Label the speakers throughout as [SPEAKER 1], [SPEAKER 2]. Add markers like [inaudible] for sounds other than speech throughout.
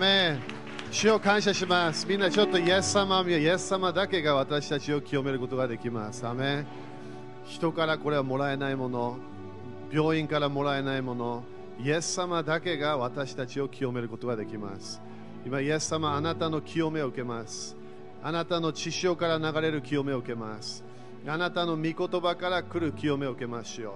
[SPEAKER 1] め主を感謝します。みんなちょっとイエス様を見よう。イエス様だけが私たちを清めることができます。アメ人からこれはもらえないもの、病院からもらえないもの、イエス様だけが私たちを清めることができます。今、イエス様、あなたの清めを受けます。あなたの血潮から流れる清めを受けます。あなたの御言葉から来る清めを受けますよ。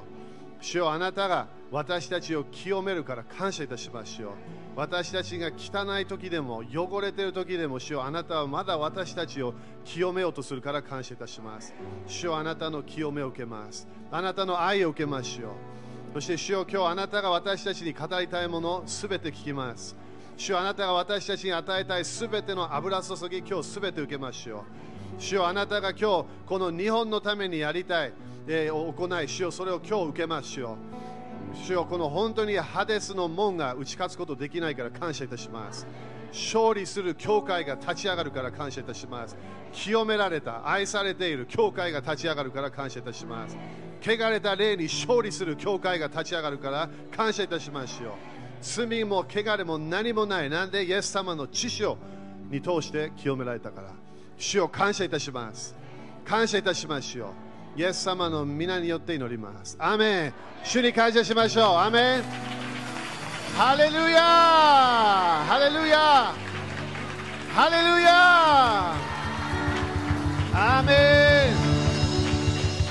[SPEAKER 1] 主よあなたが私たちを清めるから感謝いたしますよ私たちが汚い時でも汚れている時でも主よあなたはまだ私たちを清めようとするから感謝いたします主よあなたの清めを受けますあなたの愛を受けますよそして主よ今日あなたが私たちに語りたいものすべて聞きます主よあなたが私たちに与えたいすべての油注ぎ今日すべて受けますよ主よあなたが今日この日本のためにやりたいえー、行い、主よそれを今日受けます、主よ主よこの本当にハデスの門が打ち勝つことできないから感謝いたします。勝利する教会が立ち上がるから感謝いたします。清められた、愛されている教会が立ち上がるから感謝いたします。汚れた霊に勝利する教会が立ち上がるから感謝いたしますよ。罪も汚れも何もない。なんでイエス様の知識に通して清められたから。主を感謝いたします。感謝いたしますよ。イエス様の皆によって祈ります。アメン主に感謝しましょう。アメンハレルヤハレルヤハレルヤアメン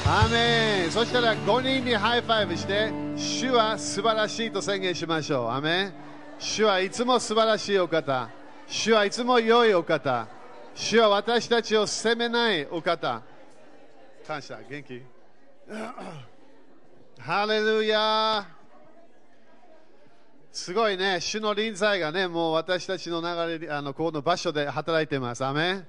[SPEAKER 1] アメンそしたら5人にハイファイブして、主は素晴らしいと宣言しましょう。アメン主はいつも素晴らしいお方。主はいつも良いお方。主は私たちを責めないお方。感謝、元気。 [coughs] ハレルヤすごいね、主の臨在がね、もう私たちの流れ、あのここの場所で働いてます。アメ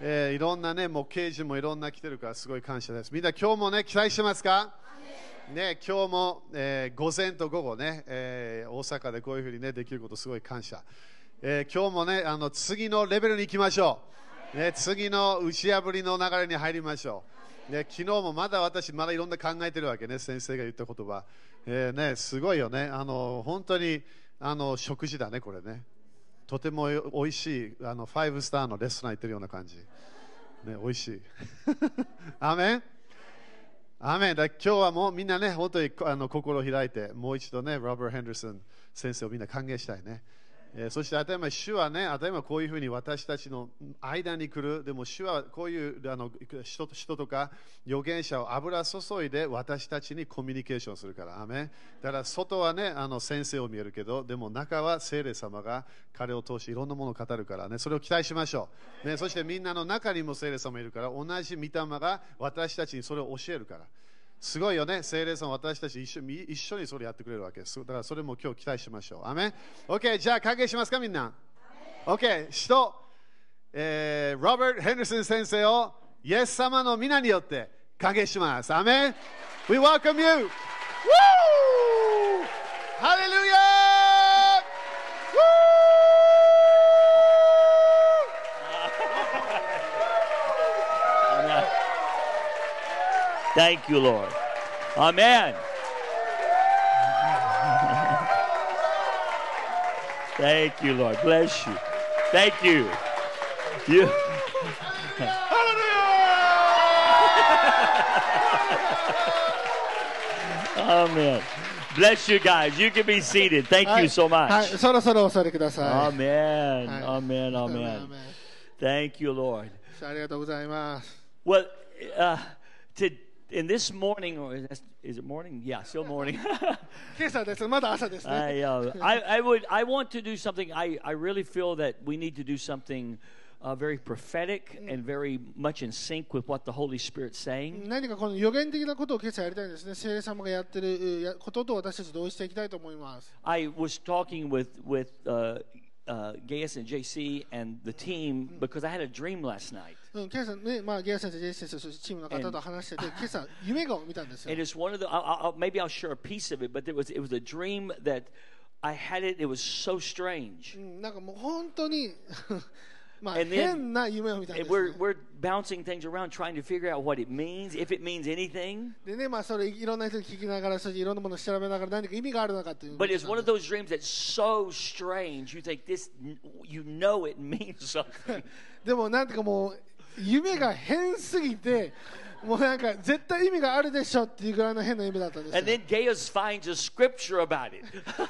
[SPEAKER 1] えー、いろんなね、もう刑事もいろんな来てるから、すごい感謝です。みんな今日もね、期待してますかね、今日も、えー、午前と午後ね、えー、大阪でこういうふうにね、できることすごい感謝。え今日もね、あの次のレベルに行きましょう。ね、次の打ち破りの流れに入りましょう。ね、昨日もまだ私、まだいろんな考えてるわけね、先生が言った言葉。えー、ね、すごいよね。あの、本当に、あの、食事だね、これね。とても美味しい、あの、ファイブスターのレストラン行ってるような感じ。ね、美味しい。 [laughs] アメンアメンだ今日はもうみんなね、本当にあの心を開いて、もう一度ね、ロバート・ヘンダーソン先生をみんな歓迎したいね。えー、そして当たり前、主はね、当たり前こういうふうに私たちの間に来る、でも主はこういうあの人人とか預言者を油注いで私たちにコミュニケーションするから、アメだから外はね、あの先生を見えるけど、でも中は聖霊様が彼を通していろんなものを語るからね、それを期待しましょう。ね、そしてみんなの中にも聖霊様いるから、同じ御霊が私たちにそれを教えるから。すごいよね、聖霊さん、私たち一緒一緒にそれやってくれるわけです。だからそれも今日期待しましょう。アメン ?OK、じゃあ、歓迎しますか、みんな。OK、人、えー、ロバート・ヘンダソン先生を、イエス様の皆によって歓迎します。アメン ?We welcome you! Woo! ハレルヤ
[SPEAKER 2] ー Thank you, Lord. Amen. Thank you, Lord. Bless you. Thank you. You. Amen. Bless you guys. You can be seated. Thank you so much.
[SPEAKER 3] はい、そろそろお座りください。
[SPEAKER 2] Amen. Amen. Amen. Thank you, Lord.
[SPEAKER 3] ありがとうございます。
[SPEAKER 2] Well, uh, to in this morning, or is, is it morning? Yeah, still morning. [laughs]
[SPEAKER 3] 今朝です。まだ朝ですね。
[SPEAKER 2] I, uh, I, I, would, I want to do something. I, I really feel that we need to do something uh, very prophetic and very much in sync with what the Holy Spirit's saying.
[SPEAKER 3] 何かこの予言的なことを今朝やりたいんですね。聖霊様がやってることと私たち同意していきたいと思います。
[SPEAKER 2] I was talking with with uh, uh, Gaius and JC and the team because I had a dream last night.
[SPEAKER 3] うん、ケイさんね、まあ、ゲア先生、ジェイ先生、そしてチームの方と話してて、今朝、夢を見たんですよ
[SPEAKER 2] And。it's one of the, I'll, I'll, maybe I'll share a piece of it, but it was, it was a dream that I had it, it was so strange.
[SPEAKER 3] うんなんかもう本当に [laughs] まあ、
[SPEAKER 2] And then-
[SPEAKER 3] 変な夢を見たんで
[SPEAKER 2] And
[SPEAKER 3] す、
[SPEAKER 2] we're,
[SPEAKER 3] ね。
[SPEAKER 2] we're bouncing things around trying to figure out what it means, if it means anything.
[SPEAKER 3] でね、まあ、それいろんな人に聞きながら、そしていろんなものを調べながら、何か意味があるのかという。
[SPEAKER 2] But it's one of those dreams that's so strange. You think this, you know, it means [laughs] something.
[SPEAKER 3] でも、なんていうかもう、夢が変すぎて、もうなんか、絶対意味があるでしょっていうぐらいの変な夢だったんですよ
[SPEAKER 2] And。then Gaius finds a scripture about it.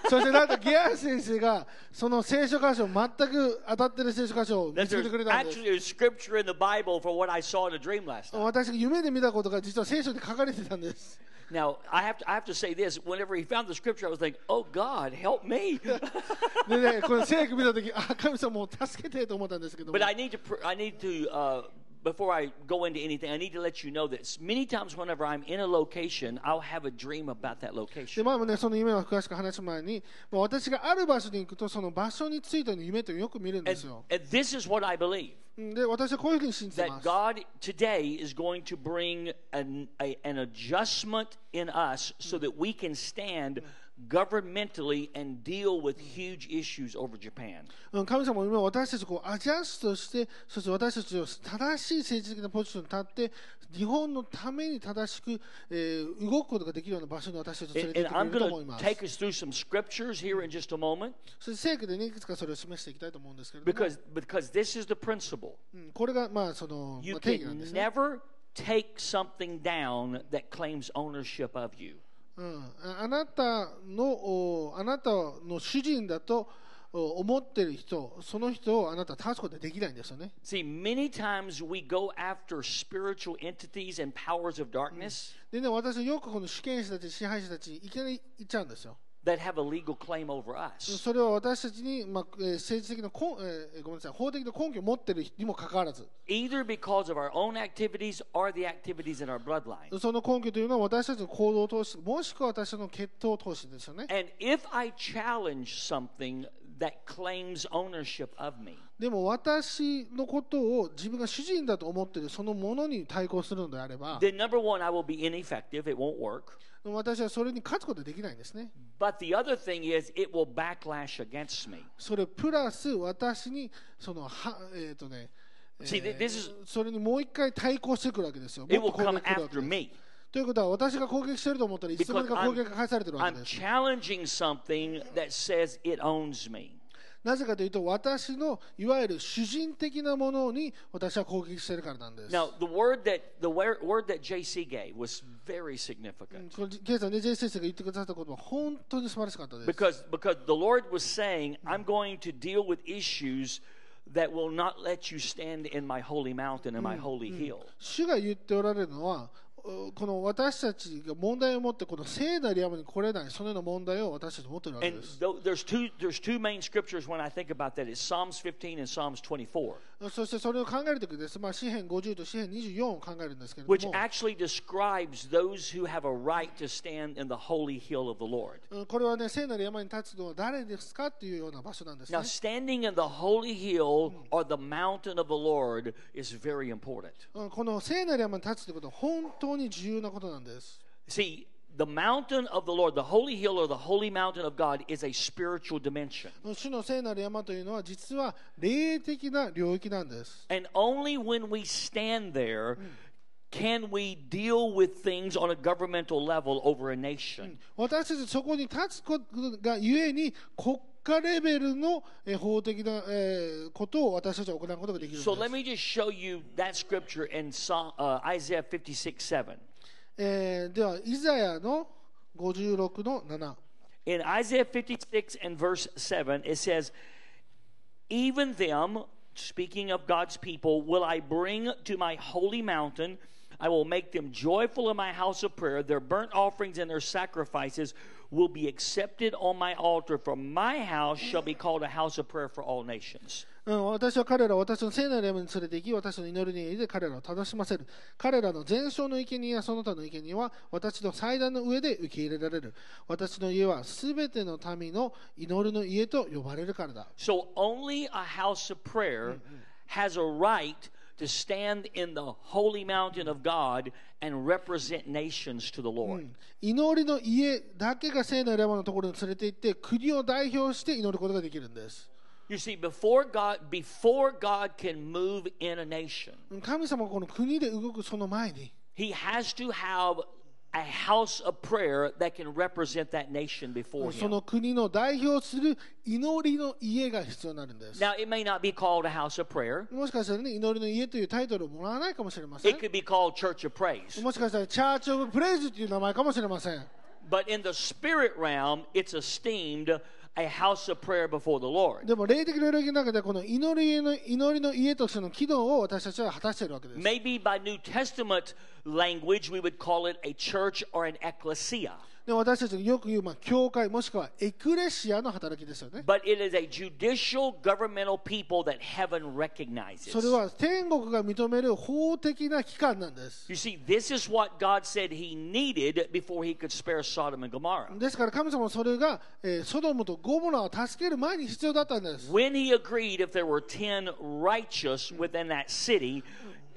[SPEAKER 3] そしてなんとギア先生がその聖書箇所全く当たってる聖書箇所を見
[SPEAKER 2] That
[SPEAKER 3] つけて
[SPEAKER 2] there's
[SPEAKER 3] くれたんです
[SPEAKER 2] actually a scripture in the Bible for what I saw in a dream last night.
[SPEAKER 3] 私が夢で見たことが実は聖書で書かれてたんです
[SPEAKER 2] Now I have to I have to say this. Whenever he found the scripture, I was like, "Oh God, help me!"
[SPEAKER 3] で
[SPEAKER 2] [laughs]
[SPEAKER 3] ねこの聖句見た時あ神様もう助けてと思ったんですけども
[SPEAKER 2] but I need to pr- I need to uh, before I go into anything, I need to let you know that many times whenever I'm in a location, I'll have a dream about that
[SPEAKER 3] で
[SPEAKER 2] location.
[SPEAKER 3] 前もねその夢を詳しく話す前にもう私がある場所に行くとその場所についての夢というのをよく見るんで
[SPEAKER 2] And,
[SPEAKER 3] すよ
[SPEAKER 2] and this is what I believe
[SPEAKER 3] で私はこういうふうに信じてま
[SPEAKER 2] that
[SPEAKER 3] す
[SPEAKER 2] God today is going to bring an a, an adjustment in us so that we can stand governmentally and deal with huge issues over Japan.
[SPEAKER 3] うん神様も今私たちをこうアジャストしてそして私たちを正しい政治的なポジションに立って日本のために正しく、えー動くことができるような場所に私たちを連
[SPEAKER 2] And,
[SPEAKER 3] れて
[SPEAKER 2] and
[SPEAKER 3] 行って
[SPEAKER 2] I'm
[SPEAKER 3] くれると思い
[SPEAKER 2] going
[SPEAKER 3] ま
[SPEAKER 2] to
[SPEAKER 3] す
[SPEAKER 2] take us through some scriptures here in just a moment
[SPEAKER 3] そして聖句でねいくつかそれを示していきたいと思うんですけれども、
[SPEAKER 2] because because this is the principle.
[SPEAKER 3] うんこれがまあその、ま
[SPEAKER 2] You
[SPEAKER 3] あ、定義なん
[SPEAKER 2] can
[SPEAKER 3] ですね、
[SPEAKER 2] never take something down that claims ownership of you.
[SPEAKER 3] うん、ああなたのおあなたの主人だとお思ってる人その人をあなたは倒すことはできないんですよね
[SPEAKER 2] See, many times we go after spiritual entities and powers of darkness
[SPEAKER 3] でね私はよくこの主権者たち支配者たちにいきなり行っちゃうんですよ
[SPEAKER 2] that have a legal claim over us.
[SPEAKER 3] それは私たちに、まあえー政治的な根、えーごめんなさい法的な根拠を持っているにもかかわらず
[SPEAKER 2] Either because of our own activities or the activities in our bloodline.
[SPEAKER 3] その根拠というのは私たちの行動を通してもしくは私たちの血統を通してですよね
[SPEAKER 2] And if I challenge something that claims ownership of me,
[SPEAKER 3] でも私のことを自分が主人だと思っているそのものに対抗するのであれば
[SPEAKER 2] then number one, I will be ineffective. It won't work.
[SPEAKER 3] 私はそれに勝つことはできないんですね
[SPEAKER 2] But the other thing is, it will backlash against me.
[SPEAKER 3] それプラス私にそのはえっ、とね、えー
[SPEAKER 2] See, th- this is-
[SPEAKER 3] それにもう一回対抗してくるわけですよ。
[SPEAKER 2] It will
[SPEAKER 3] もっと攻
[SPEAKER 2] come
[SPEAKER 3] 撃来るわ
[SPEAKER 2] after
[SPEAKER 3] けです
[SPEAKER 2] me.
[SPEAKER 3] ということは私が攻撃してると思ったらいつの間
[SPEAKER 2] Because
[SPEAKER 3] にか攻
[SPEAKER 2] I'm,
[SPEAKER 3] 撃が返されてるわけ
[SPEAKER 2] I'm
[SPEAKER 3] です。
[SPEAKER 2] challenging something that says it owns me.
[SPEAKER 3] なぜかというと私のいわゆる主人的なものに私は攻撃してるからなんです。
[SPEAKER 2] Now, the word that the wer- word that JC gave was very
[SPEAKER 3] うん
[SPEAKER 2] significant
[SPEAKER 3] このケイさんね、ジェイ先生が言ってくださったことは本当に素晴らしかったです。
[SPEAKER 2] because because the Lord was saying, "I'm going to deal with issues that will not let you stand in my holy mountain and my holy hill."
[SPEAKER 3] 主が言っておられるのは、おこの私たちが問題を持って、この聖なる山に来れない、そのような問題を私たち持っているわけ
[SPEAKER 2] And
[SPEAKER 3] です。
[SPEAKER 2] though there's two there's two main scriptures when I think about that. It's Psalms 15 and Psalms 24,
[SPEAKER 3] そしてそれを考えるときです、まあ、詩編50と詩編24を考えるんですけれど
[SPEAKER 2] which
[SPEAKER 3] も、
[SPEAKER 2] actually describes those who have a right to stand in the holy hill of the Lord.
[SPEAKER 3] うんこれはね、聖なる山に立つのは誰ですかっていうような場所なんですね
[SPEAKER 2] Now,。standing in the holy hill or the mountain of the Lord is very important.
[SPEAKER 3] うんこの聖なる山に立つということは本当に重要なことなんです。
[SPEAKER 2] See, the mountain of the Lord, the holy hill or the holy mountain of God, is a spiritual dimension.
[SPEAKER 3] うん主の聖なる山というのは実は霊的な領域なんです。
[SPEAKER 2] And only when we stand there can we deal with things on a governmental level over a nation.
[SPEAKER 3] 私たちそこに立つことがゆえに国家レベルのえー法的な、えーことを私たちは行うことができるんです
[SPEAKER 2] So let me just show you that scripture in Psalm, uh, Isaiah 56 7.
[SPEAKER 3] えーではイザヤの56の7
[SPEAKER 2] In Isaiah 56 and verse 7, it says, Even them, speaking of God's people, will I bring to my holy mountain. I will make them joyful in my house of prayer. Their burnt offerings and their sacrifices will be accepted on my altar, for my house shall be called a house of prayer for all nations.
[SPEAKER 3] うん、私は彼らを私の聖なる山に連れて行き、私の祈りに家で彼らを楽しませる。彼らの全焼の生贄やその他の生贄は、私の祭壇の上で受け入れられる。私の家はすべての民の祈りの家と呼ばれるからだ。
[SPEAKER 2] So only a house of prayer has a right to stand in the holy mountain of God and represent nations to the Lord.
[SPEAKER 3] 祈りの家だけが聖なる山のところに連れて行って、国を代表して祈ることができるんです。
[SPEAKER 2] You see, before God, before God can move in a nation,
[SPEAKER 3] 神様はこの国で動くその前に
[SPEAKER 2] He has to have a house of prayer that can represent that nation before
[SPEAKER 3] そ
[SPEAKER 2] Him.
[SPEAKER 3] の国の代表する祈りの家が必要になるんです
[SPEAKER 2] Now, it may not be called a house of prayer.
[SPEAKER 3] もしかしたらね祈りの家というタイトルをもらわないかもしれません
[SPEAKER 2] It could be called Church of Praise.
[SPEAKER 3] もしかしたらチャーチ・オブ・プレイズという名前かもしれません
[SPEAKER 2] But in the spirit realm, it's esteemed a house of prayer before the Lord.
[SPEAKER 3] でも霊的な領域の中でこの祈りの祈りの家としての機能を私たちは果たしているわけです
[SPEAKER 2] Maybe by New Testament language, we would call it a church or an ecclesia.
[SPEAKER 3] で私たちがよく言う、まあ、教会もしくはエクレシアの働きですよね
[SPEAKER 2] But it is a judicial, governmental people that heaven
[SPEAKER 3] それ
[SPEAKER 2] recognizes.
[SPEAKER 3] は天国が認める法的な機関なんです
[SPEAKER 2] You see, this is what God said He needed before He could spare Sodom and Gomorrah.
[SPEAKER 3] ですから神様はそれが、えーソドムとゴモラを助ける前に必要だったんです
[SPEAKER 2] When He agreed, if there were 10 righteous within that city,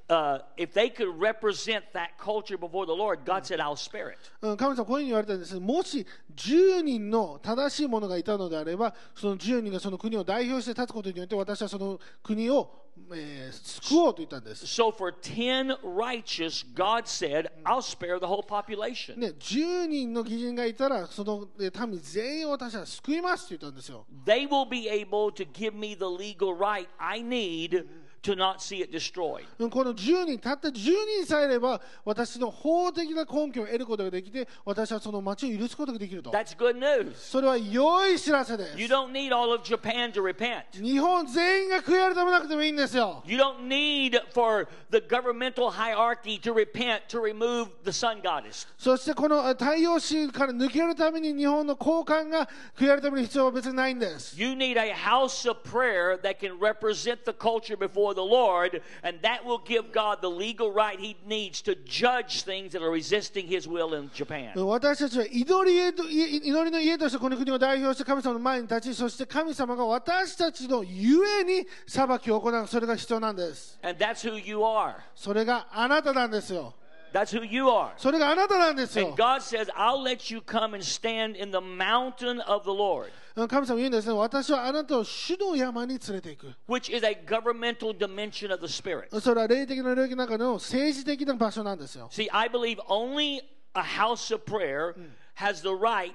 [SPEAKER 2] uh, if they could represent that culture before the Lord, God said, I'll spare it.
[SPEAKER 3] うん、神様はこういうふうに言われたんですもし10人の正しい者がいたのであればその10人がその国を代表して立つことによって私はその国を、えー救おうと言ったんです、
[SPEAKER 2] So for 10 righteous, God said, I'll spare the whole population.
[SPEAKER 3] ね、10人の義人がいたらそのえー民全員を私は救いますと言ったんですよ
[SPEAKER 2] They will be able to give me the legal right I need to not see it destroyed.
[SPEAKER 3] うんこの10人たった10人さえいれば私の法的な根拠を得ることができて私はその町を許すことができると
[SPEAKER 2] That's good news.
[SPEAKER 3] それは良い知らせで
[SPEAKER 2] You
[SPEAKER 3] す
[SPEAKER 2] don't need all of Japan to repent.
[SPEAKER 3] 日本全員が悔い改めなくてもいいんですよ
[SPEAKER 2] You don't need for the governmental hierarchy to repent to remove the sun goddess.
[SPEAKER 3] そしてこの太陽神から抜けるために日本の高官が悔い改める必要は別にないんです
[SPEAKER 2] You need a house of prayer that can represent the culture before the Lord, and that will give God the legal right he needs to judge things that are resisting his will in Japan.
[SPEAKER 3] 私たちは祈りへとい祈りの家としてこの国を代表して神様の前に立ちそして神様が私たちのゆえに裁きを行うそれが必要なんです
[SPEAKER 2] And that's who you are.
[SPEAKER 3] それがあなたなんですよ
[SPEAKER 2] That's who you are.
[SPEAKER 3] それがあなたなんですよ
[SPEAKER 2] And God says, I'll let you come and stand in the mountain of the Lord,
[SPEAKER 3] 神様言うんですね私はあなたを主の山に連れて行
[SPEAKER 2] which is a governmental dimension of the Spirit.
[SPEAKER 3] くそれは霊的な領域の中の政治的な場所なんですよ
[SPEAKER 2] See, I believe only a house of prayer has the right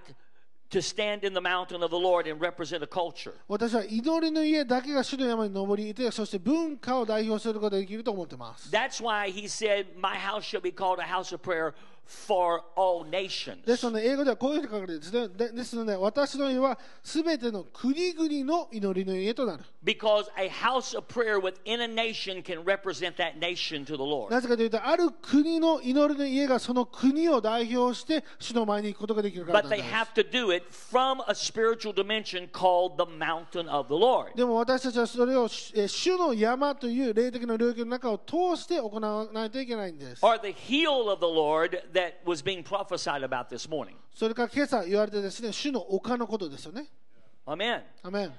[SPEAKER 2] to stand in the mountain of the Lord and represent a culture.
[SPEAKER 3] 私は祈りの家だけが主の山に登りいてそして文化を代表することができると思ってます
[SPEAKER 2] That's why he said, My house shall be called a house of prayer for all
[SPEAKER 3] で
[SPEAKER 2] nations.
[SPEAKER 3] すので英語ではこういうふうに書かれてるんですねでですので私の家は全ての国々の祈りの家となる
[SPEAKER 2] Because a house of prayer within a nation can represent that nation to the Lord.
[SPEAKER 3] なぜかというとある国の祈りの家がその国を代表して主の前に行くことができるから
[SPEAKER 2] But
[SPEAKER 3] なんで
[SPEAKER 2] they
[SPEAKER 3] す
[SPEAKER 2] have to do it from a spiritual dimension called the mountain of the Lord.
[SPEAKER 3] でも私たちはそれを主えー主の山という霊的な領域の中を通して行わないといけないんです
[SPEAKER 2] Or the heel of the Lord that was being prophesied about this morning.
[SPEAKER 3] それから今朝言われてですね主の丘のことですよね
[SPEAKER 2] Amen.
[SPEAKER 3] アメン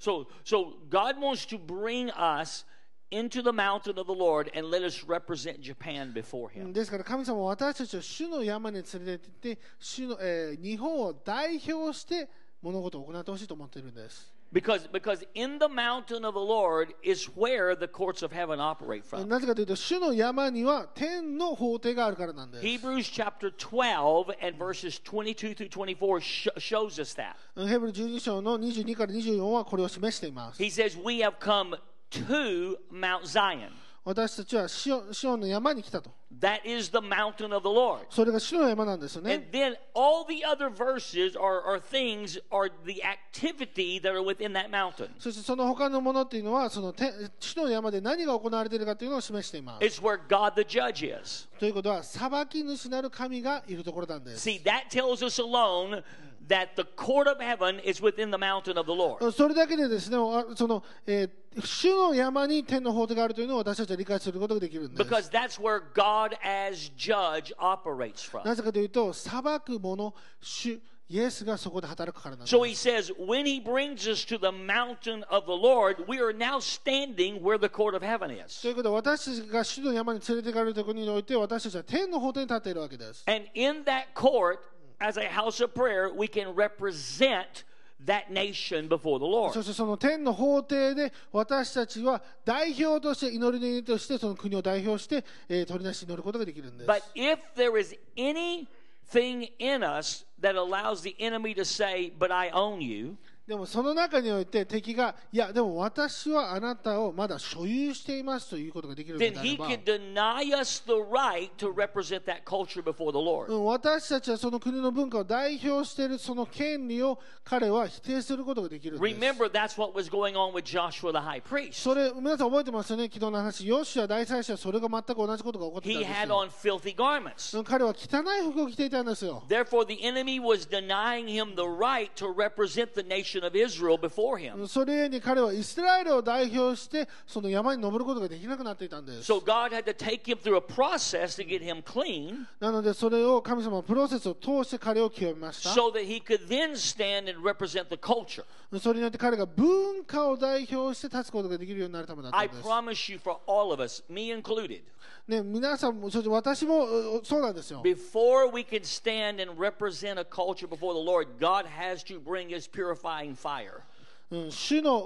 [SPEAKER 2] So, so God wants to bring us into the mountain of the Lord and let us represent Japan before Him.
[SPEAKER 3] ですから神様は私たちを主の山に連れて行って主の、えー日本を代表して物事を行ってほしいと思っているんです
[SPEAKER 2] Because, because in the mountain of the Lord is where the courts of heaven operate from.
[SPEAKER 3] なぜかというと主の山には天の法廷があるからなんです
[SPEAKER 2] Hebrews chapter 12 and verses 22 through 24 sh- shows us that.
[SPEAKER 3] ヘブル12章の22から24はこれを示しています
[SPEAKER 2] He says, We have come to Mount Zion.
[SPEAKER 3] 私たちはシオンシオンの山に来たと
[SPEAKER 2] That is the mountain of the Lord.
[SPEAKER 3] それが主の山なんですよね
[SPEAKER 2] And then all the other verses or, or things are the activity that are within that mountain.
[SPEAKER 3] そしてその他のものっていうのはその天主の山で何が行われているかというのを示しています
[SPEAKER 2] It's where God the judge is.
[SPEAKER 3] ということは裁き主なる神がいるところなんです
[SPEAKER 2] See, that tells us alone that the court of heaven is within the mountain of the Lord.
[SPEAKER 3] それだけでですね、あその、えー主の山に天の法廷があるというのを私たちは理解することができるんです。
[SPEAKER 2] Because that's where God as judge operates from.
[SPEAKER 3] なぜかというと、裁く者、主、イエスがそこで働くからなんです
[SPEAKER 2] So。he says, when he brings us to the mountain of the Lord, we are now standing where the court of heaven is.
[SPEAKER 3] ということで、私たちが主の山に連れて行かれるところにおいて、私たちは天の法廷に立っているわけです。
[SPEAKER 2] And in that court, as a house of prayer, we can represent that nation before the Lord.
[SPEAKER 3] そしてその天の法廷で私たちは代表として祈りの犬としてその国を代表して、えー取りなしに乗ることができるんです
[SPEAKER 2] But if there is anything in us that allows the enemy to say, But I own you,
[SPEAKER 3] でもその中において敵がいやでも私はあなたをまだ所有していますということができるので
[SPEAKER 2] then
[SPEAKER 3] あれ
[SPEAKER 2] he
[SPEAKER 3] ば
[SPEAKER 2] can deny us the right to represent that culture before the Lord.
[SPEAKER 3] うん私たちはその国の文化を代表しているその権利を彼は否定することができるんです
[SPEAKER 2] Remember, that's what was going on with Joshua the high priest.
[SPEAKER 3] それ皆さん覚えてますよね昨日の話ヨシュア大祭司はそれが全く同じことが起こってたん
[SPEAKER 2] He
[SPEAKER 3] です
[SPEAKER 2] had
[SPEAKER 3] よ
[SPEAKER 2] on filthy garments.
[SPEAKER 3] うん彼は汚い服を着ていたんですよ
[SPEAKER 2] Therefore, the enemy was denying him the right to represent the nation of Israel before him.
[SPEAKER 3] それゆえに彼はイスラエルを代表してその山に登ることができなくなっていたんです
[SPEAKER 2] So God had to take him through a process to get him clean
[SPEAKER 3] なのでそれを神様はプロセスを通して彼を清めました
[SPEAKER 2] so that he could then stand and represent the culture.
[SPEAKER 3] それによって彼が文化を代表して立つことができるようになるためだったん
[SPEAKER 2] I
[SPEAKER 3] です、
[SPEAKER 2] promise you, for all of us, me included,
[SPEAKER 3] ね、皆さんもそして私もうそうなんですよ
[SPEAKER 2] before we can stand and represent a culture before the Lord, God has to bring his purifying fire.
[SPEAKER 3] うん、主の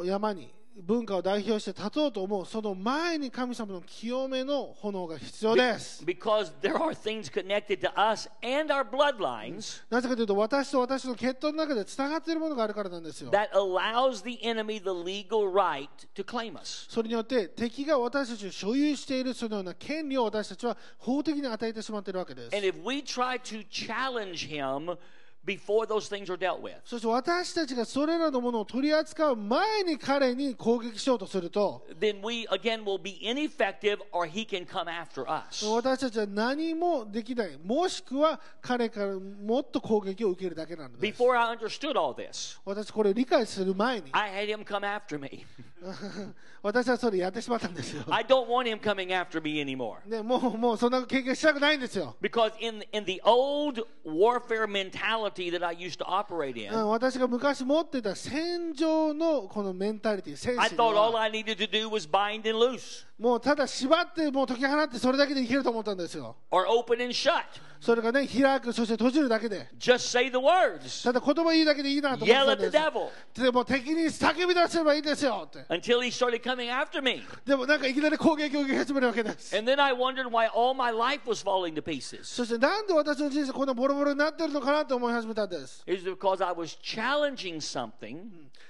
[SPEAKER 3] お山に文化を代表して立とうと思うその前に神様の清めの炎が必要です
[SPEAKER 2] Because there are things connected to us and our bloodlines
[SPEAKER 3] なぜかというと私と私の血統の中でつながっているものがあるからなんですよ
[SPEAKER 2] that allows the enemy the legal right to claim us.
[SPEAKER 3] それによって敵が私たちを所有しているそのような権利を私たちは法的に与えてしまっているわけです
[SPEAKER 2] And if we try to challenge him before those things are dealt with,
[SPEAKER 3] そして私たちがそれらのものを取り扱う前に彼に攻撃しようとすると
[SPEAKER 2] then we again will be ineffective or he can come after us.
[SPEAKER 3] 私たちは何もできないもしくは彼からもっと攻撃を受けるだけなのです
[SPEAKER 2] Before I understood all this,
[SPEAKER 3] 私これを理解する前に
[SPEAKER 2] I had him come after me.
[SPEAKER 3] 私はそれやってしまったんですよ
[SPEAKER 2] I don't want him coming after me anymore.
[SPEAKER 3] でもうもうそんな経験したくないんですよ
[SPEAKER 2] Because in, in the old warfare mentality that I used to operate
[SPEAKER 3] うん
[SPEAKER 2] in,
[SPEAKER 3] 私が昔持っていた戦場のこのメンタリティ戦
[SPEAKER 2] I
[SPEAKER 3] 士
[SPEAKER 2] thought all
[SPEAKER 3] は
[SPEAKER 2] I needed to do was bind and loose
[SPEAKER 3] もうただ縛ってもう解き放ってそれだけでいけると思ったんですよ
[SPEAKER 2] or open and shut.
[SPEAKER 3] それがね開くそして閉じるだけで
[SPEAKER 2] Just say the words,
[SPEAKER 3] ただ言葉言うだけでいいなと思って
[SPEAKER 2] yell
[SPEAKER 3] たん
[SPEAKER 2] at the
[SPEAKER 3] ですよ
[SPEAKER 2] devil
[SPEAKER 3] でもう敵に叫び出せばいいんですよって
[SPEAKER 2] until he started coming after me.
[SPEAKER 3] でもなんかいきなり攻撃を受け始めるわけです
[SPEAKER 2] And then I wondered why all my life was falling to pieces.
[SPEAKER 3] そしてなんで私の人生こんなボロボロになってるのかなと思い始めたんです
[SPEAKER 2] It was because I was challenging something